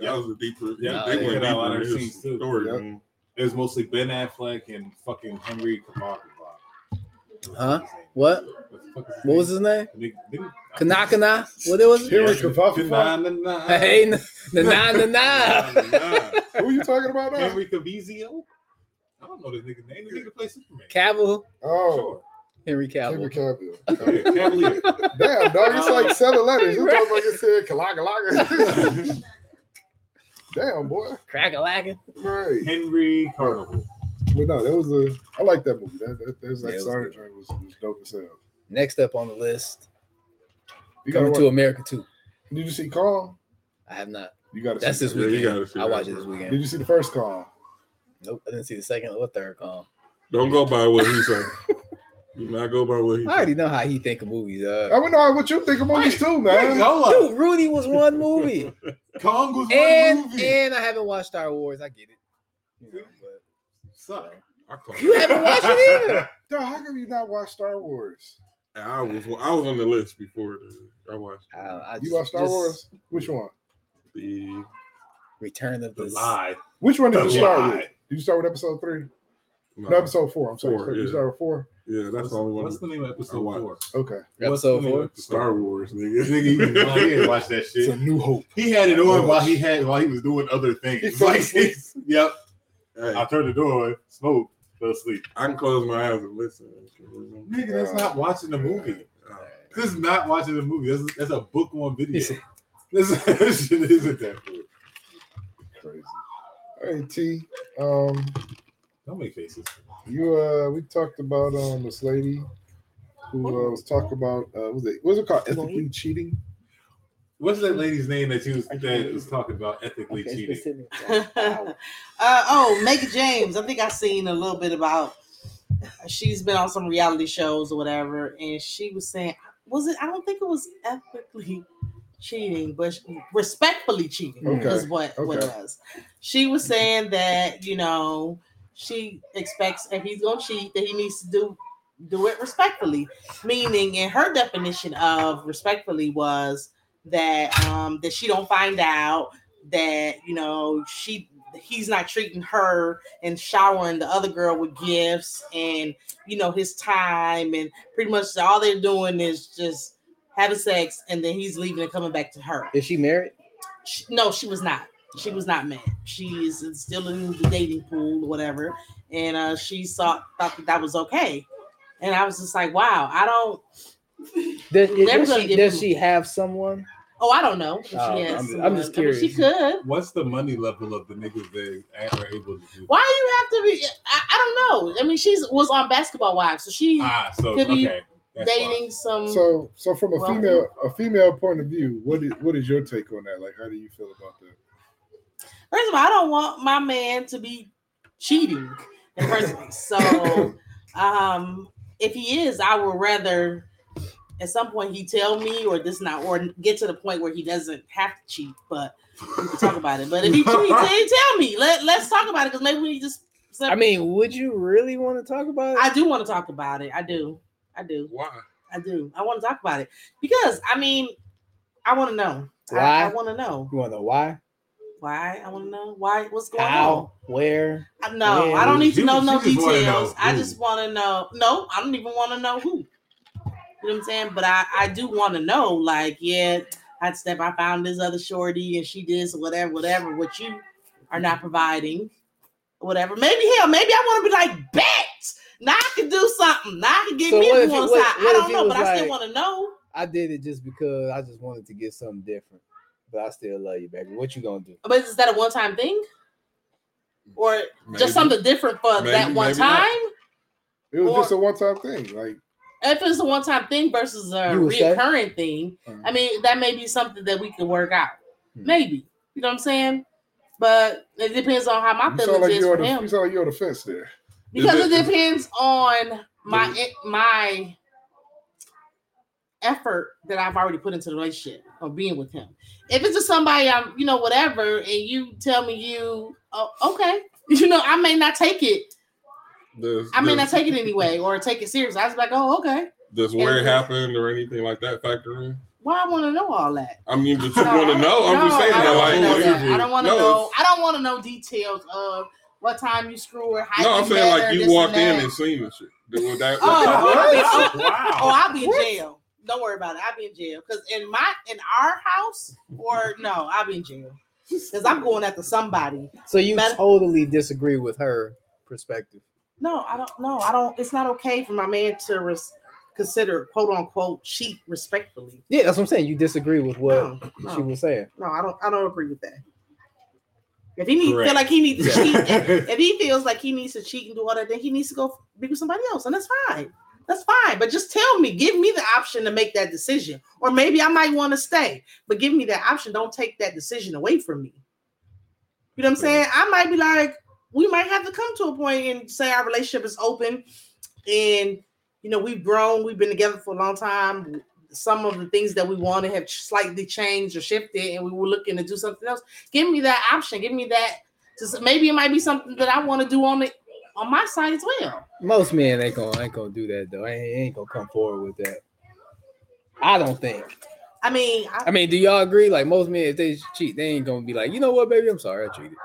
Speaker 5: That was a deeper.
Speaker 2: Yeah,
Speaker 5: they
Speaker 6: they
Speaker 5: went
Speaker 2: got a lot
Speaker 5: deeper
Speaker 2: of
Speaker 5: in his
Speaker 2: scenes, too.
Speaker 5: story.
Speaker 3: Yep.
Speaker 5: man.
Speaker 2: It was mostly Ben Affleck and fucking Henry Cavill.
Speaker 6: Huh? What? What was his name? Kanakana? What it was?
Speaker 3: Henry Cavill.
Speaker 2: Kanakana.
Speaker 6: Hey, na na na na.
Speaker 5: Nah, nah.
Speaker 3: Who you talking about now?
Speaker 2: Henry Cavizio. I don't know this nigga's name. The nigga play Superman.
Speaker 6: Cavill,
Speaker 3: Oh,
Speaker 6: Henry
Speaker 3: Henry
Speaker 6: Cavill.
Speaker 2: Yeah,
Speaker 3: Cavill.
Speaker 2: Cavalier.
Speaker 3: Damn, dog, it's like seven letters. You talking about it said Kalagalaga. Damn, boy.
Speaker 6: Crack a lacking.
Speaker 3: Right.
Speaker 2: Henry Carnival.
Speaker 3: But no, that was a. I like that movie. That that, that was like
Speaker 6: Yeah, it was
Speaker 3: Sergeant Drake was, was dope as hell.
Speaker 6: Next up on the list,
Speaker 3: You gotta
Speaker 6: coming to
Speaker 3: watch,
Speaker 6: America too.
Speaker 3: did you see Calm?
Speaker 6: I have not.
Speaker 3: You got
Speaker 6: That's
Speaker 3: see
Speaker 6: this
Speaker 5: Yeah, you
Speaker 6: weekend.
Speaker 5: gotta see
Speaker 6: I
Speaker 5: that,
Speaker 6: watched it
Speaker 5: bro.
Speaker 6: this
Speaker 3: that. Did
Speaker 6: weekend.
Speaker 3: you see the first Calm?
Speaker 6: Nope, I didn't see the second or third call.
Speaker 5: Don't go by what he said. Do not go by what he
Speaker 6: I
Speaker 5: said.
Speaker 6: already know how he think of movies.
Speaker 3: I
Speaker 6: Uh,
Speaker 3: would know what you think of movies too, man.
Speaker 2: Yola.
Speaker 6: dude, Rudy was one movie,
Speaker 2: Kong was one
Speaker 6: and
Speaker 2: movie.
Speaker 6: and I haven't watched Star Wars. I get it. You know, but
Speaker 2: Suck.
Speaker 5: I called
Speaker 6: you haven't watched it either.
Speaker 3: Dog, how come you not watch Star Wars?
Speaker 5: I was I was on the list before the, I watched
Speaker 6: I, I just,
Speaker 3: You watch Star
Speaker 6: just
Speaker 3: Wars? Which one?
Speaker 5: the
Speaker 6: Return of
Speaker 2: The
Speaker 6: the.
Speaker 2: lie.
Speaker 3: Which one did you
Speaker 2: The
Speaker 3: start
Speaker 2: Lie.
Speaker 3: with? Did you start with episode three?
Speaker 5: no,
Speaker 3: No, episode four. I'm sorry.
Speaker 5: Four,
Speaker 3: Start- You
Speaker 5: yeah.
Speaker 3: started with four.
Speaker 5: yeah that's
Speaker 2: What's,
Speaker 5: the only one
Speaker 2: what's the name of
Speaker 5: I
Speaker 2: episode
Speaker 5: watched.
Speaker 2: four?
Speaker 3: Okay.
Speaker 6: Episode
Speaker 2: What's the name of
Speaker 5: Star
Speaker 2: Star
Speaker 5: Wars nigga
Speaker 2: Nigga, you no, he didn't watch that
Speaker 3: It's a
Speaker 2: shit.
Speaker 3: new hope.
Speaker 2: He had it on while he had while he was doing other
Speaker 3: He
Speaker 2: things.
Speaker 3: fell
Speaker 2: Like,
Speaker 3: asleep.
Speaker 2: yep.
Speaker 5: Hey,
Speaker 2: I turned the door, on, smoked, fell asleep.
Speaker 5: I can close my eyes and listen. I can't remember.
Speaker 2: Nigga, that's
Speaker 6: Uh,
Speaker 2: not watching the movie. This is not watching the movie. That's, that's a book on video.
Speaker 6: said-
Speaker 2: This, this shit isn't that good.
Speaker 3: Crazy. All right, T. Um,
Speaker 2: Don't make faces.
Speaker 3: You uh, we talked about um this lady who uh, was talking about uh, was it was it called ethically cheating?
Speaker 2: What's that lady's name that you was, that was talking about ethically cheating?
Speaker 4: uh, oh, Megan James. I think I seen a little bit about. She's been on some reality shows or whatever, and she was saying, "Was it? I don't think it was ethically cheating, but respectfully cheating
Speaker 3: Okay.
Speaker 4: is what what it
Speaker 3: Okay.
Speaker 4: was." She was saying that you know she expects if he's gonna cheat that he needs to do do it respectfully, meaning in her definition of respectfully was that um that she don't find out that you know she he's not treating her and showering the other girl with gifts and you know his time and pretty much all they're doing is just having sex and then he's leaving and coming back to her
Speaker 6: Is she married?
Speaker 4: she, no, she was not. She was not mad. She's still in the dating pool or whatever, and uh, she thought thought that that was okay. And I was just like, wow, I don't.
Speaker 6: Does, is
Speaker 4: Never
Speaker 6: this-
Speaker 4: gonna get me.
Speaker 6: does she have someone?
Speaker 4: Oh, I don't know. if she
Speaker 6: Oh, I'm-
Speaker 4: has
Speaker 6: I'm
Speaker 4: someone.
Speaker 6: just
Speaker 4: I mean, she
Speaker 6: curious.
Speaker 4: could.
Speaker 2: What's the money level of the niggas they are able to do?
Speaker 4: Why do you have to be? I, I don't know. I mean, she's was on Basketball Wives, so she
Speaker 2: Ah, so
Speaker 4: Could be
Speaker 2: okay. That's why.
Speaker 4: dating some.
Speaker 6: Mm-hmm.
Speaker 3: So so from a
Speaker 4: Well-
Speaker 3: female a female point of view, what is what is your take on that? Like, how do you feel about that?
Speaker 4: First of all, I don't want my man to be cheating in the first place. So, um, if he is, I would rather at some point he tell me or this not or get to the point where he doesn't have to cheat, but we can talk about it. But if he cheats, then he tell me. Let let's talk about it because maybe we just.
Speaker 6: I mean, would you really want to talk about it?
Speaker 4: I do want to talk about it. I do. I do.
Speaker 5: Why?
Speaker 4: I do. I want to talk about it because I mean, I want to know. I-
Speaker 6: Why?
Speaker 4: I, want to know
Speaker 6: you want to know why,
Speaker 4: why. I want to know why. What's going on?
Speaker 6: how, where?
Speaker 4: I- No,
Speaker 6: Man,
Speaker 4: I don't need
Speaker 2: she-
Speaker 4: to know
Speaker 2: she
Speaker 4: no
Speaker 2: just wanna know
Speaker 4: details. I
Speaker 2: who.
Speaker 4: just want to know. No, I don't even want to know who. You know what I'm saying? But I, I do want to know. Like, yeah, I'd step. I found this other shorty, and she did so whatever, whatever. What you are not providing, whatever. Maybe hell, maybe I want to be like bet. Now I can do something. Now I can get
Speaker 6: So
Speaker 4: me
Speaker 6: what
Speaker 4: a
Speaker 6: if it-
Speaker 4: one
Speaker 6: what-
Speaker 4: side. I
Speaker 6: what if
Speaker 4: don't
Speaker 6: it
Speaker 4: know, but
Speaker 6: was
Speaker 4: I still
Speaker 6: like-
Speaker 4: want to know.
Speaker 6: I did it just because I just wanted to get something different, but I still love you, baby. What you gonna do?
Speaker 4: But is that a one time thing, or
Speaker 5: Maybe.
Speaker 4: just something different for
Speaker 5: Maybe,
Speaker 4: that one
Speaker 5: maybe not.
Speaker 4: time?
Speaker 3: It was
Speaker 4: Or-
Speaker 3: just a one time thing. Like,
Speaker 4: if it's a one-time thing versus a
Speaker 6: You would say?
Speaker 4: recurring thing,
Speaker 3: Mhm.
Speaker 4: I mean that may be something that we can work out.
Speaker 6: Hmm.
Speaker 4: Maybe you know what I'm saying. But it depends on how my
Speaker 3: You sound
Speaker 4: feelings
Speaker 3: like
Speaker 4: is
Speaker 3: you're
Speaker 4: for
Speaker 3: the, you
Speaker 4: him.
Speaker 3: sound like you're the fence there.
Speaker 4: Because
Speaker 5: Is
Speaker 4: it
Speaker 5: it-
Speaker 4: depends on my my effort that I've already put into the relationship or being with him. If it's just somebody I'm, you know, whatever, and you tell me you, oh, okay, you know, I may not take it.
Speaker 5: Does,
Speaker 4: I may not
Speaker 5: does,
Speaker 4: take it anyway or take it seriously. I was like, oh, okay.
Speaker 5: does where it happened or anything like that factor in?
Speaker 4: Why I want to know all that?
Speaker 5: I mean, but you want to know? I'm
Speaker 4: no,
Speaker 5: just saying
Speaker 4: I
Speaker 5: that.
Speaker 4: don't wanna
Speaker 5: Like,
Speaker 4: know
Speaker 5: what
Speaker 4: that.
Speaker 5: is it?
Speaker 4: I don't want to
Speaker 5: No,
Speaker 4: know. I don't want to know details of what time you screw or how.
Speaker 5: No,
Speaker 4: you
Speaker 5: I'm saying
Speaker 4: met
Speaker 5: like
Speaker 4: or
Speaker 5: you
Speaker 4: this
Speaker 5: walked in
Speaker 4: that.
Speaker 5: and seen the shit. That- well, that-
Speaker 4: Oh, Oh,
Speaker 2: wow.
Speaker 4: I'll be in jail. Don't worry about it. I'll be in jail because in my in our house or no, I'll be in jail because I'm going after somebody.
Speaker 6: So you
Speaker 4: Man-
Speaker 6: totally disagree with her perspective.
Speaker 4: No, I don't. No, I don't. It's not okay for my man to res- consider quote unquote cheat respectfully.
Speaker 6: Yeah, that's what I'm saying. You disagree with what
Speaker 4: No,
Speaker 6: she
Speaker 4: no,
Speaker 6: was saying.
Speaker 4: no, I don't. I don't agree with that. If he need, feel
Speaker 2: Correct.
Speaker 4: like he needs to cheat, if, if he feels like he needs to cheat and do all that, then he needs to go be with somebody else, and that's fine. That's fine. But just tell me, give me the option to make that decision, or maybe I might want to stay. But give me that option. Don't take that decision away from me. You know what I'm saying? I might be like, we might have to come to a point and say our relationship is open, and you know we've grown, we've been together for a long time. Some of the things that we want to have slightly changed or shifted, and we were looking to do something else. Give me that option. Give me that just maybe it might be something that I want to do on the on my side as well.
Speaker 6: Most men ain't gonna ain't gonna do that though. Ain't, ain't gonna come forward with that. I don't think.
Speaker 4: I mean, I,
Speaker 6: I mean, do y'all agree? Like most men, if they cheat, they ain't gonna be like, you know what, baby, I'm sorry, I cheated.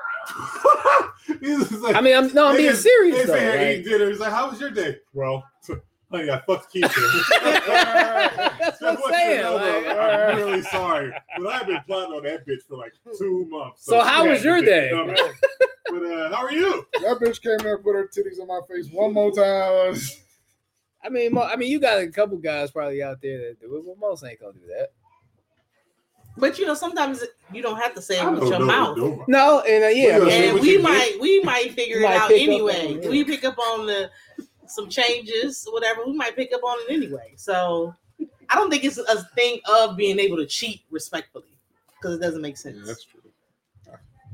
Speaker 6: I mean, I'm no, I'm being serious though.
Speaker 2: They said
Speaker 6: like-
Speaker 2: eat dinner. It's like, how was your day, bro? Honey, I fucked Keisha.
Speaker 6: that's
Speaker 2: Just
Speaker 6: what I'm
Speaker 2: want you to
Speaker 6: saying.
Speaker 2: know,
Speaker 6: like,
Speaker 2: bro, I'm really sorry, but I've been plotting on that bitch for like two months.
Speaker 6: So how
Speaker 2: she
Speaker 6: was
Speaker 2: had
Speaker 6: your
Speaker 2: to be
Speaker 6: day?
Speaker 2: dumb ass. But uh, how are you?
Speaker 3: That bitch came there and put her titties in my face one more time.
Speaker 6: I mean, Mo, I mean, you got a couple guys probably out there that do it, but most ain't gonna do that.
Speaker 4: but you know, sometimes you don't have to say
Speaker 2: I
Speaker 4: it
Speaker 2: don't
Speaker 4: with your
Speaker 2: know
Speaker 4: mouth.
Speaker 2: what you're doing.
Speaker 6: No, and uh, yeah, I
Speaker 2: Well,
Speaker 6: mean,
Speaker 2: yeah.
Speaker 4: And
Speaker 2: what
Speaker 4: we
Speaker 2: you
Speaker 4: might we might figure
Speaker 6: You
Speaker 4: it
Speaker 6: might
Speaker 4: out
Speaker 6: pick up
Speaker 4: anyway.
Speaker 6: on it, yeah.
Speaker 4: We pick up on the some changes, whatever. We might pick up on it anyway. So I don't think it's a thing of being able to cheat respectfully because it doesn't make
Speaker 5: Yeah,
Speaker 4: sense.
Speaker 5: that's true.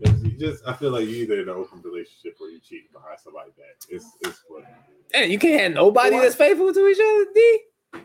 Speaker 2: It's- you just, I feel like you either in an open relationship or you cheating behind somebody that. It's it's what.
Speaker 6: Hey, you can't have nobody that's faithful to each other, D. I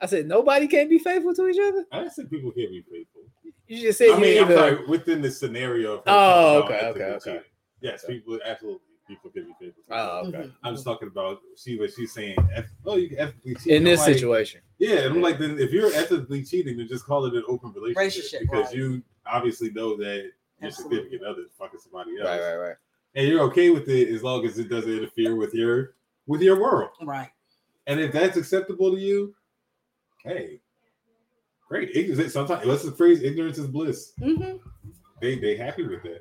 Speaker 2: Huh?
Speaker 6: said nobody can't be faithful to each other.
Speaker 2: I didn't say people can't be faithful.
Speaker 6: You just said
Speaker 2: I mean,
Speaker 6: you
Speaker 2: I'm
Speaker 6: either.
Speaker 2: sorry, within the scenario. Of her
Speaker 6: Oh,
Speaker 2: talking
Speaker 6: okay,
Speaker 2: about
Speaker 6: okay,
Speaker 2: ethical
Speaker 6: okay.
Speaker 2: cheating. Yes, people absolutely people can be faithful.
Speaker 6: Oh, okay.
Speaker 4: Mhm.
Speaker 2: I'm just talking about she was she's saying, eth- oh, you can ethically cheat.
Speaker 6: In
Speaker 2: I'm
Speaker 6: this
Speaker 2: like,
Speaker 6: situation,
Speaker 2: Yeah, and I'm like, then if you're ethically cheating, then just call it an open relationship,
Speaker 4: Relationship,
Speaker 2: because
Speaker 4: right.
Speaker 2: you obviously know that your
Speaker 4: Absolutely.
Speaker 2: significant other is fucking somebody else,
Speaker 6: right, right, right.
Speaker 2: and you're okay with it as long as it doesn't interfere with your with your world.
Speaker 4: Right.
Speaker 2: And if that's acceptable to you, hey, great. Ignorance. Sometimes what's the phrase? Ignorance is bliss.
Speaker 4: hmm
Speaker 2: They they happy with that.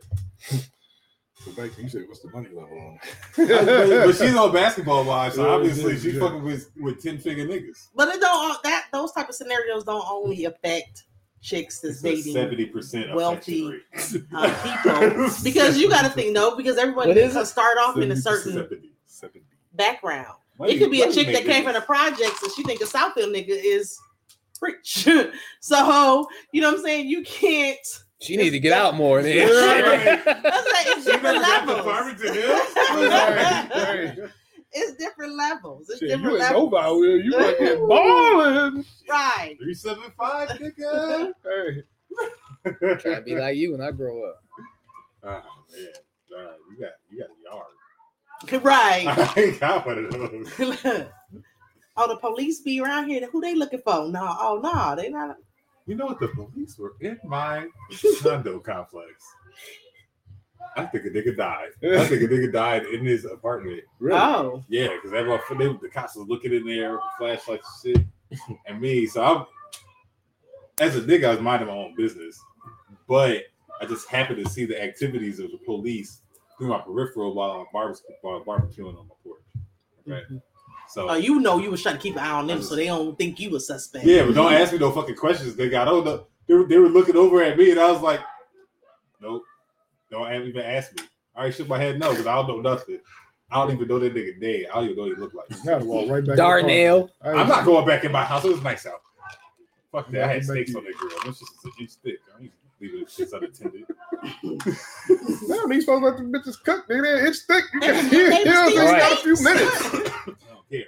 Speaker 3: So back to you said, what's the money level on?
Speaker 2: but but
Speaker 3: it?
Speaker 2: she's on basketball wise, so
Speaker 3: Yeah,
Speaker 2: obviously
Speaker 3: yeah,
Speaker 2: she's
Speaker 3: yeah.
Speaker 2: fucking with with ten figure niggas.
Speaker 4: But it don't that those type of scenarios don't only affect chicks that's dating.
Speaker 2: seventy percent
Speaker 4: wealthy,
Speaker 2: wealthy
Speaker 4: uh, people, because you got to think no, because everybody
Speaker 6: What is
Speaker 4: can
Speaker 6: it?
Speaker 4: start off in a certain background. it could be a chick that came from the projects and she think a Southfield nigga is rich. so you know what I'm saying? You can't.
Speaker 6: She need to get out more. Then.
Speaker 2: Right,
Speaker 4: That's like, it's
Speaker 2: She never
Speaker 4: different
Speaker 2: got the
Speaker 4: levels.
Speaker 2: Farmington Hills.
Speaker 3: hey, hey.
Speaker 4: It's different levels. It's
Speaker 3: Shit,
Speaker 4: different
Speaker 3: you ain't
Speaker 4: levels.
Speaker 3: over out here. You out here balling.
Speaker 4: Right.
Speaker 2: Three seven five, nigga.
Speaker 3: Hey,
Speaker 6: Try to be like you when I grow up.
Speaker 2: Ah man, Nah, you got you got a yard.
Speaker 4: Right.
Speaker 2: I ain't got one of those.
Speaker 4: oh, the police be around here. Who they looking for? No. Oh no, they not.
Speaker 2: You know what? The police were in my condo complex. I think a nigga died. I think a nigga died in his apartment.
Speaker 3: really?
Speaker 4: Oh.
Speaker 2: Yeah, because everyone they, the cops was looking in there, with flashlights and shit, and me. So I'm as a nigga, I was minding my own business, but I just happened to see the activities of the police through my peripheral while I'm barbe- while barbecuing on my porch. Right. So
Speaker 4: Oh, you know you was trying to keep an eye on them so they don't think you a suspect.
Speaker 2: yeah, but don't ask me no fucking questions. They got oh no, they were, they were looking over at me, and I was like, nope, don't a- even ask me. I already shook my head no because I don't know nothing. I don't even know that nigga dead. I don't even know what he looked like.
Speaker 3: You gotta walk right back. in the car.
Speaker 6: Darnell.
Speaker 3: I
Speaker 2: I'm
Speaker 3: ain't-
Speaker 2: not going back in my house. It was nice out. Fuck that. I had
Speaker 3: Yeah,
Speaker 2: steaks
Speaker 3: thank
Speaker 2: on that grill. That's just an inch thick. I ain't- leaving the shits unattended.
Speaker 3: Now these folks let the bitches cook, nigga. They're inch thick. You
Speaker 4: They-
Speaker 3: can hear
Speaker 4: they
Speaker 3: them. They
Speaker 4: still
Speaker 3: got a
Speaker 4: thick.
Speaker 3: few minutes.
Speaker 2: I don't care.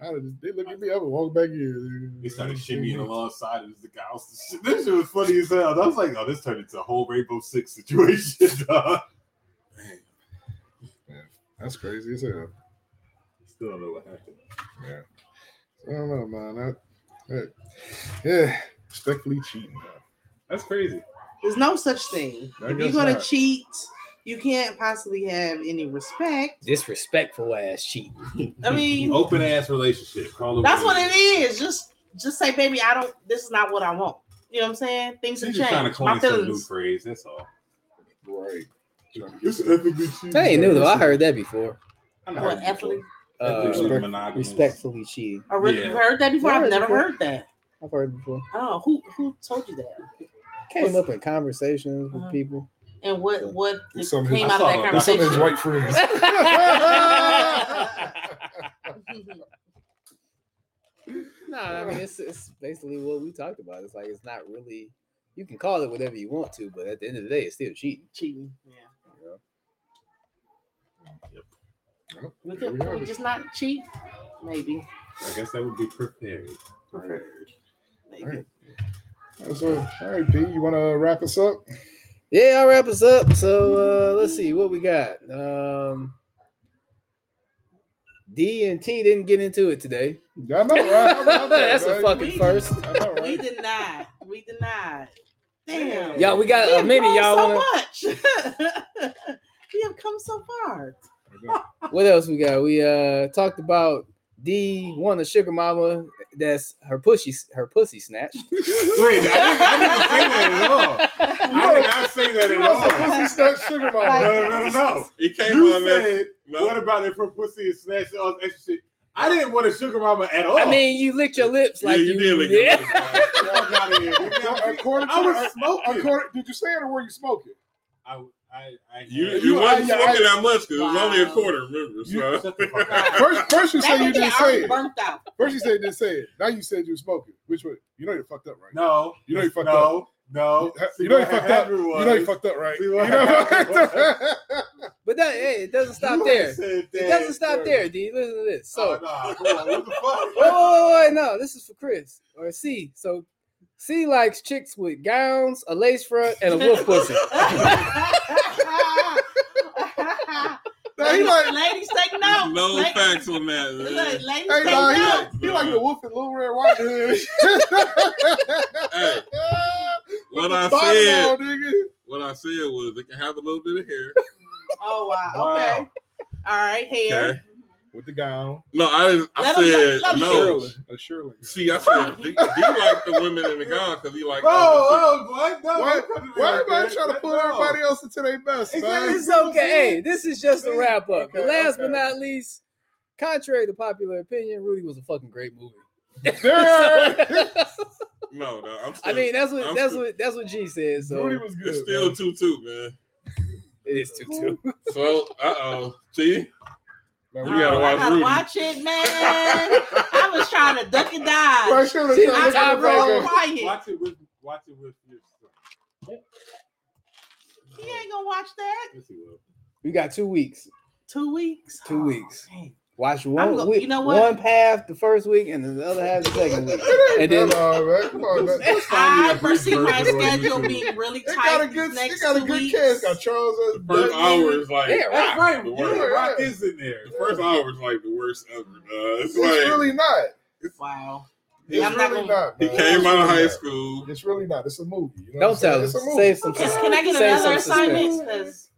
Speaker 3: I just, they look at me. I would walk back here.
Speaker 2: They started shimmying alongside of the house. and shit. This shit was funny as hell. I was like, oh, this turned into a whole Rainbow Six situation. dog.
Speaker 3: That's crazy as hell.
Speaker 2: Still don't know what happened.
Speaker 3: Yeah. I don't know, man. That, that, yeah. Respectfully cheating. Man.
Speaker 2: That's crazy.
Speaker 4: There's no such thing.
Speaker 3: I
Speaker 4: If you're
Speaker 3: guess
Speaker 4: gonna
Speaker 3: not.
Speaker 4: cheat, you can't possibly have any respect.
Speaker 6: Disrespectful ass cheat.
Speaker 4: I mean,
Speaker 2: Open ass relationship. Call it
Speaker 4: Mm. That's what
Speaker 2: is.
Speaker 4: it is. Just just say, baby, I don't. This is not what I want. You know what I'm saying? Things have
Speaker 2: She's just trying to
Speaker 4: changed. My
Speaker 2: coin some new
Speaker 4: feelings.
Speaker 2: phrase. That's all.
Speaker 3: Right. Trying to get
Speaker 5: It's
Speaker 3: some-
Speaker 5: ethically cheating.
Speaker 6: I ain't new though. I heard that before.
Speaker 2: I know
Speaker 4: What
Speaker 2: how you
Speaker 4: ethically?
Speaker 6: Uh,
Speaker 3: Respect-
Speaker 2: monogamous.
Speaker 6: respectfully cheating.
Speaker 4: Or really-
Speaker 2: Yeah.
Speaker 4: You've heard that before?
Speaker 6: Yeah,
Speaker 4: I've never
Speaker 6: before.
Speaker 4: heard that.
Speaker 6: I've heard it before.
Speaker 4: Oh, who who told you that?
Speaker 6: Came up in conversations
Speaker 2: Uh-huh.
Speaker 6: with people.
Speaker 4: And what what
Speaker 3: It's something-
Speaker 4: came
Speaker 2: I
Speaker 4: out of
Speaker 2: saw
Speaker 4: that
Speaker 2: a
Speaker 3: Some of his
Speaker 4: conversation?
Speaker 3: white friends.
Speaker 6: No, I mean it's, it's basically what we talked about. It's like it's not really. You can call it whatever you want to, but at the end of the day, it's still cheating.
Speaker 4: Cheating. Yeah.
Speaker 3: Yep.
Speaker 4: We
Speaker 3: There
Speaker 4: could
Speaker 3: we
Speaker 4: can
Speaker 3: have
Speaker 4: we
Speaker 3: it.
Speaker 4: just not cheat. Maybe.
Speaker 2: I guess that would be prepared.
Speaker 4: Maybe.
Speaker 3: That's all. All right, P. You want to wrap us up?
Speaker 6: Yeah, I'll wrap us up. So uh, let's see what we got. Um, D and T didn't get into it today.
Speaker 3: I know, right? I know, I know,
Speaker 6: That's a
Speaker 3: right?
Speaker 6: fucking first.
Speaker 3: I know,
Speaker 4: We
Speaker 3: right?
Speaker 4: did not. We did not. Damn.
Speaker 6: Y'all, we got a
Speaker 4: have
Speaker 6: minute.
Speaker 4: grown
Speaker 6: Uh, Y'all wanna?
Speaker 4: so much. we have come so far.
Speaker 6: what else we got? We uh talked about D one the sugar mama. That's her pussy. Her pussy snatched.
Speaker 2: Wait, I didn't, I didn't say that at all. I did not say that
Speaker 3: You
Speaker 2: at
Speaker 3: want some
Speaker 2: all.
Speaker 3: pussy snatch sugar mama?
Speaker 2: No, no, no, no.
Speaker 5: It came
Speaker 2: You
Speaker 5: out that.
Speaker 2: said,
Speaker 5: No,
Speaker 2: what about if her pussy is snatched and all that extra shit? I didn't want a sugar mama at all.
Speaker 6: I mean, you licked your lips
Speaker 5: yeah,
Speaker 6: like
Speaker 5: you, did. Like
Speaker 6: yeah.
Speaker 5: that.
Speaker 2: Get out of here. Get out of here.
Speaker 3: According to
Speaker 2: I was smoking.
Speaker 3: according, did you say it or were you smoking?
Speaker 2: I, I, I,
Speaker 5: You,
Speaker 2: you,
Speaker 5: you wasn't
Speaker 3: I- I-
Speaker 5: smoking that much because it was only a
Speaker 4: Wow.
Speaker 5: quarter, remember? So.
Speaker 2: shut the fuck up.
Speaker 3: First, first you
Speaker 4: That
Speaker 3: say you
Speaker 4: would be
Speaker 3: didn't say
Speaker 4: already
Speaker 3: it.
Speaker 4: burnt out.
Speaker 3: First you said you didn't say it. Now you said you were smoking. Which way? You know you fucked up, right?
Speaker 2: No,
Speaker 3: You know you fucked
Speaker 2: no, no.
Speaker 3: You-
Speaker 2: See
Speaker 3: you know you
Speaker 2: what
Speaker 3: fucked up.
Speaker 2: happened
Speaker 3: You
Speaker 5: uh,
Speaker 3: know you
Speaker 2: was-
Speaker 3: fucked up, right?
Speaker 2: See
Speaker 3: You know
Speaker 2: what
Speaker 3: you fucked
Speaker 2: happened
Speaker 3: up.
Speaker 6: But that hey, it doesn't stop
Speaker 2: You
Speaker 6: there.
Speaker 2: said
Speaker 6: It
Speaker 2: that.
Speaker 6: doesn't stop there, D. Listen to this. So
Speaker 2: Oh, nah, come on, what the
Speaker 6: wait,
Speaker 2: fuck?
Speaker 6: wait, wait, wait, no, this is for Chris or C. So C likes chicks with gowns, a lace front, and a wolf pussy.
Speaker 3: Now he like,
Speaker 4: ladies take notes.
Speaker 5: No
Speaker 4: ladies,
Speaker 5: facts on that.
Speaker 4: Look,
Speaker 5: man.
Speaker 4: ladies
Speaker 3: hey,
Speaker 4: take
Speaker 3: nah, he
Speaker 4: notes.
Speaker 3: like, he like the wolf in Little Red Riding Hood.
Speaker 5: Hey, what I
Speaker 3: Bottom
Speaker 5: said,
Speaker 3: on, nigga.
Speaker 5: what I said was they can have a little bit of hair.
Speaker 4: Oh wow.
Speaker 2: Wow.
Speaker 4: Okay. All right. Hair.
Speaker 5: Okay.
Speaker 3: With the gown,
Speaker 5: No, I didn't. I
Speaker 4: Let 'em
Speaker 5: said
Speaker 4: let 'em
Speaker 5: no.
Speaker 3: a Shirley.
Speaker 5: See, I said he, he liked the women in the gown because he liked.
Speaker 2: Whoa, whoa, what? No,
Speaker 3: Why,
Speaker 2: don't come to me
Speaker 3: why
Speaker 2: like
Speaker 3: everybody
Speaker 2: that.
Speaker 3: trying to pull
Speaker 2: No.
Speaker 3: everybody else into their best,
Speaker 2: Exactly.
Speaker 3: man?
Speaker 6: It's okay. Hey, this is just a wrap up.
Speaker 3: Okay,
Speaker 6: Last
Speaker 3: okay.
Speaker 6: but not least, contrary to popular opinion, Rudy was a fucking great movie.
Speaker 3: There-
Speaker 5: No, no, I'm still,
Speaker 6: I mean, that's what
Speaker 5: I'm
Speaker 6: that's
Speaker 5: still-
Speaker 6: what that's what G said.
Speaker 3: Rudy
Speaker 6: So
Speaker 3: was good.
Speaker 5: it's still
Speaker 3: man.
Speaker 5: two two, man.
Speaker 6: it is two two.
Speaker 5: So, uh oh, see,
Speaker 3: Man,
Speaker 5: We
Speaker 3: we
Speaker 5: gotta
Speaker 4: Oh,
Speaker 5: watch
Speaker 4: I gotta
Speaker 5: Rudy.
Speaker 4: watch it, man. I was trying to duck and dodge.
Speaker 3: Man, Shirley,
Speaker 6: See,
Speaker 3: Shirley,
Speaker 4: I
Speaker 6: I'm
Speaker 3: look at
Speaker 4: got
Speaker 3: the
Speaker 4: real
Speaker 3: background.
Speaker 4: quiet.
Speaker 2: Watch it with, watch it with your son.
Speaker 4: He ain't gonna watch that.
Speaker 2: Yes, he will.
Speaker 6: We got two weeks.
Speaker 4: Two weeks.
Speaker 6: Two
Speaker 4: Oh,
Speaker 6: weeks.
Speaker 4: man.
Speaker 6: Watch
Speaker 4: I'm
Speaker 6: one
Speaker 4: go-
Speaker 6: week,
Speaker 4: you know what?
Speaker 6: one half the first week, and then the other half the second week, and then
Speaker 3: Come on, man. Come on, man.
Speaker 4: I foresee my
Speaker 2: Bird on
Speaker 4: schedule
Speaker 2: YouTube.
Speaker 4: being really
Speaker 3: It got a
Speaker 4: tight
Speaker 3: good,
Speaker 4: these
Speaker 3: it
Speaker 4: next
Speaker 3: got a
Speaker 4: two
Speaker 3: good
Speaker 4: weeks.
Speaker 3: cast. Got Charles.
Speaker 5: the first
Speaker 3: Dudley.
Speaker 5: hour is like ah,
Speaker 6: yeah, right.
Speaker 2: That's right.
Speaker 5: The
Speaker 2: Yeah,
Speaker 5: word.
Speaker 2: Rock is in there.
Speaker 5: the first hour is like the worst ever. Duh. It's
Speaker 3: It's
Speaker 5: like
Speaker 3: really not.
Speaker 4: Wow.
Speaker 3: It's
Speaker 4: I'm not
Speaker 3: really
Speaker 4: gonna-
Speaker 3: not.
Speaker 5: he
Speaker 3: man.
Speaker 5: came
Speaker 3: It's
Speaker 5: out of
Speaker 3: really
Speaker 5: high
Speaker 3: not.
Speaker 5: school.
Speaker 3: It's really not. It's a movie. You know
Speaker 6: Don't
Speaker 3: what I'm
Speaker 6: tell us.
Speaker 3: saying? It's a
Speaker 6: Save some.
Speaker 4: Can
Speaker 6: suspense.
Speaker 4: can I get
Speaker 6: Save
Speaker 4: another
Speaker 6: some suspense.
Speaker 4: assignment? 'Cause-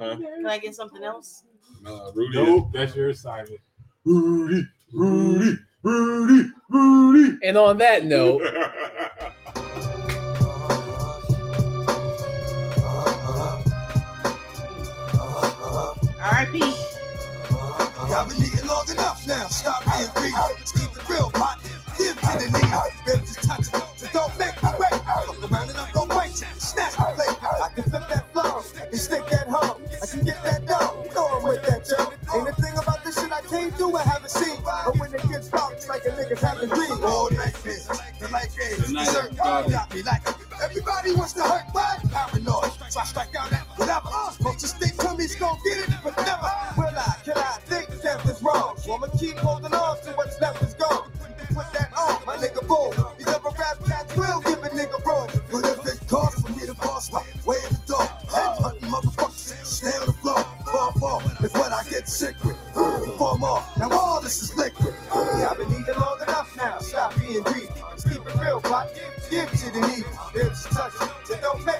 Speaker 5: Huh?
Speaker 4: Can I get something else?
Speaker 5: Nah, Rudy.
Speaker 2: Nope, that's your assignment. Rudy,
Speaker 7: Mm-hmm.
Speaker 2: Rudy, Rudy, Rudy.
Speaker 6: And on that note,
Speaker 4: R.I.P.
Speaker 1: Y'all been eating long enough now. Stop being greedy. Just keep it real, my Give me the need. Better just touch it. Just don't make me wait. Fuck around and I'm gonna wait. Snatch the plate. I can flip that flow and stick that hoe. I can get that dough. Throw 'em with that joke. Ain't a thing about this shit I can't do. I haven't seen. But when it gets dark, it's like a nigga's having dreams. All like this. The like this. Dessert. Got me like Everybody
Speaker 7: enemies gon' get it, but never will I. Can I think death is wrong? So I'ma keep holding on to what's left is gone. Put that on, my nigga bull. These other rap cats will give a nigga wrong. But if it costs for me to boss my way in the door, head hunting motherfuckers, stay on the floor. Fall, fall, is what I get sick with. Form off, now all this is liquid. Yeah, I've been eating long enough now, stop being greedy. Let's keep it real, pop, give, give to the need. If it's touching, it don't matter.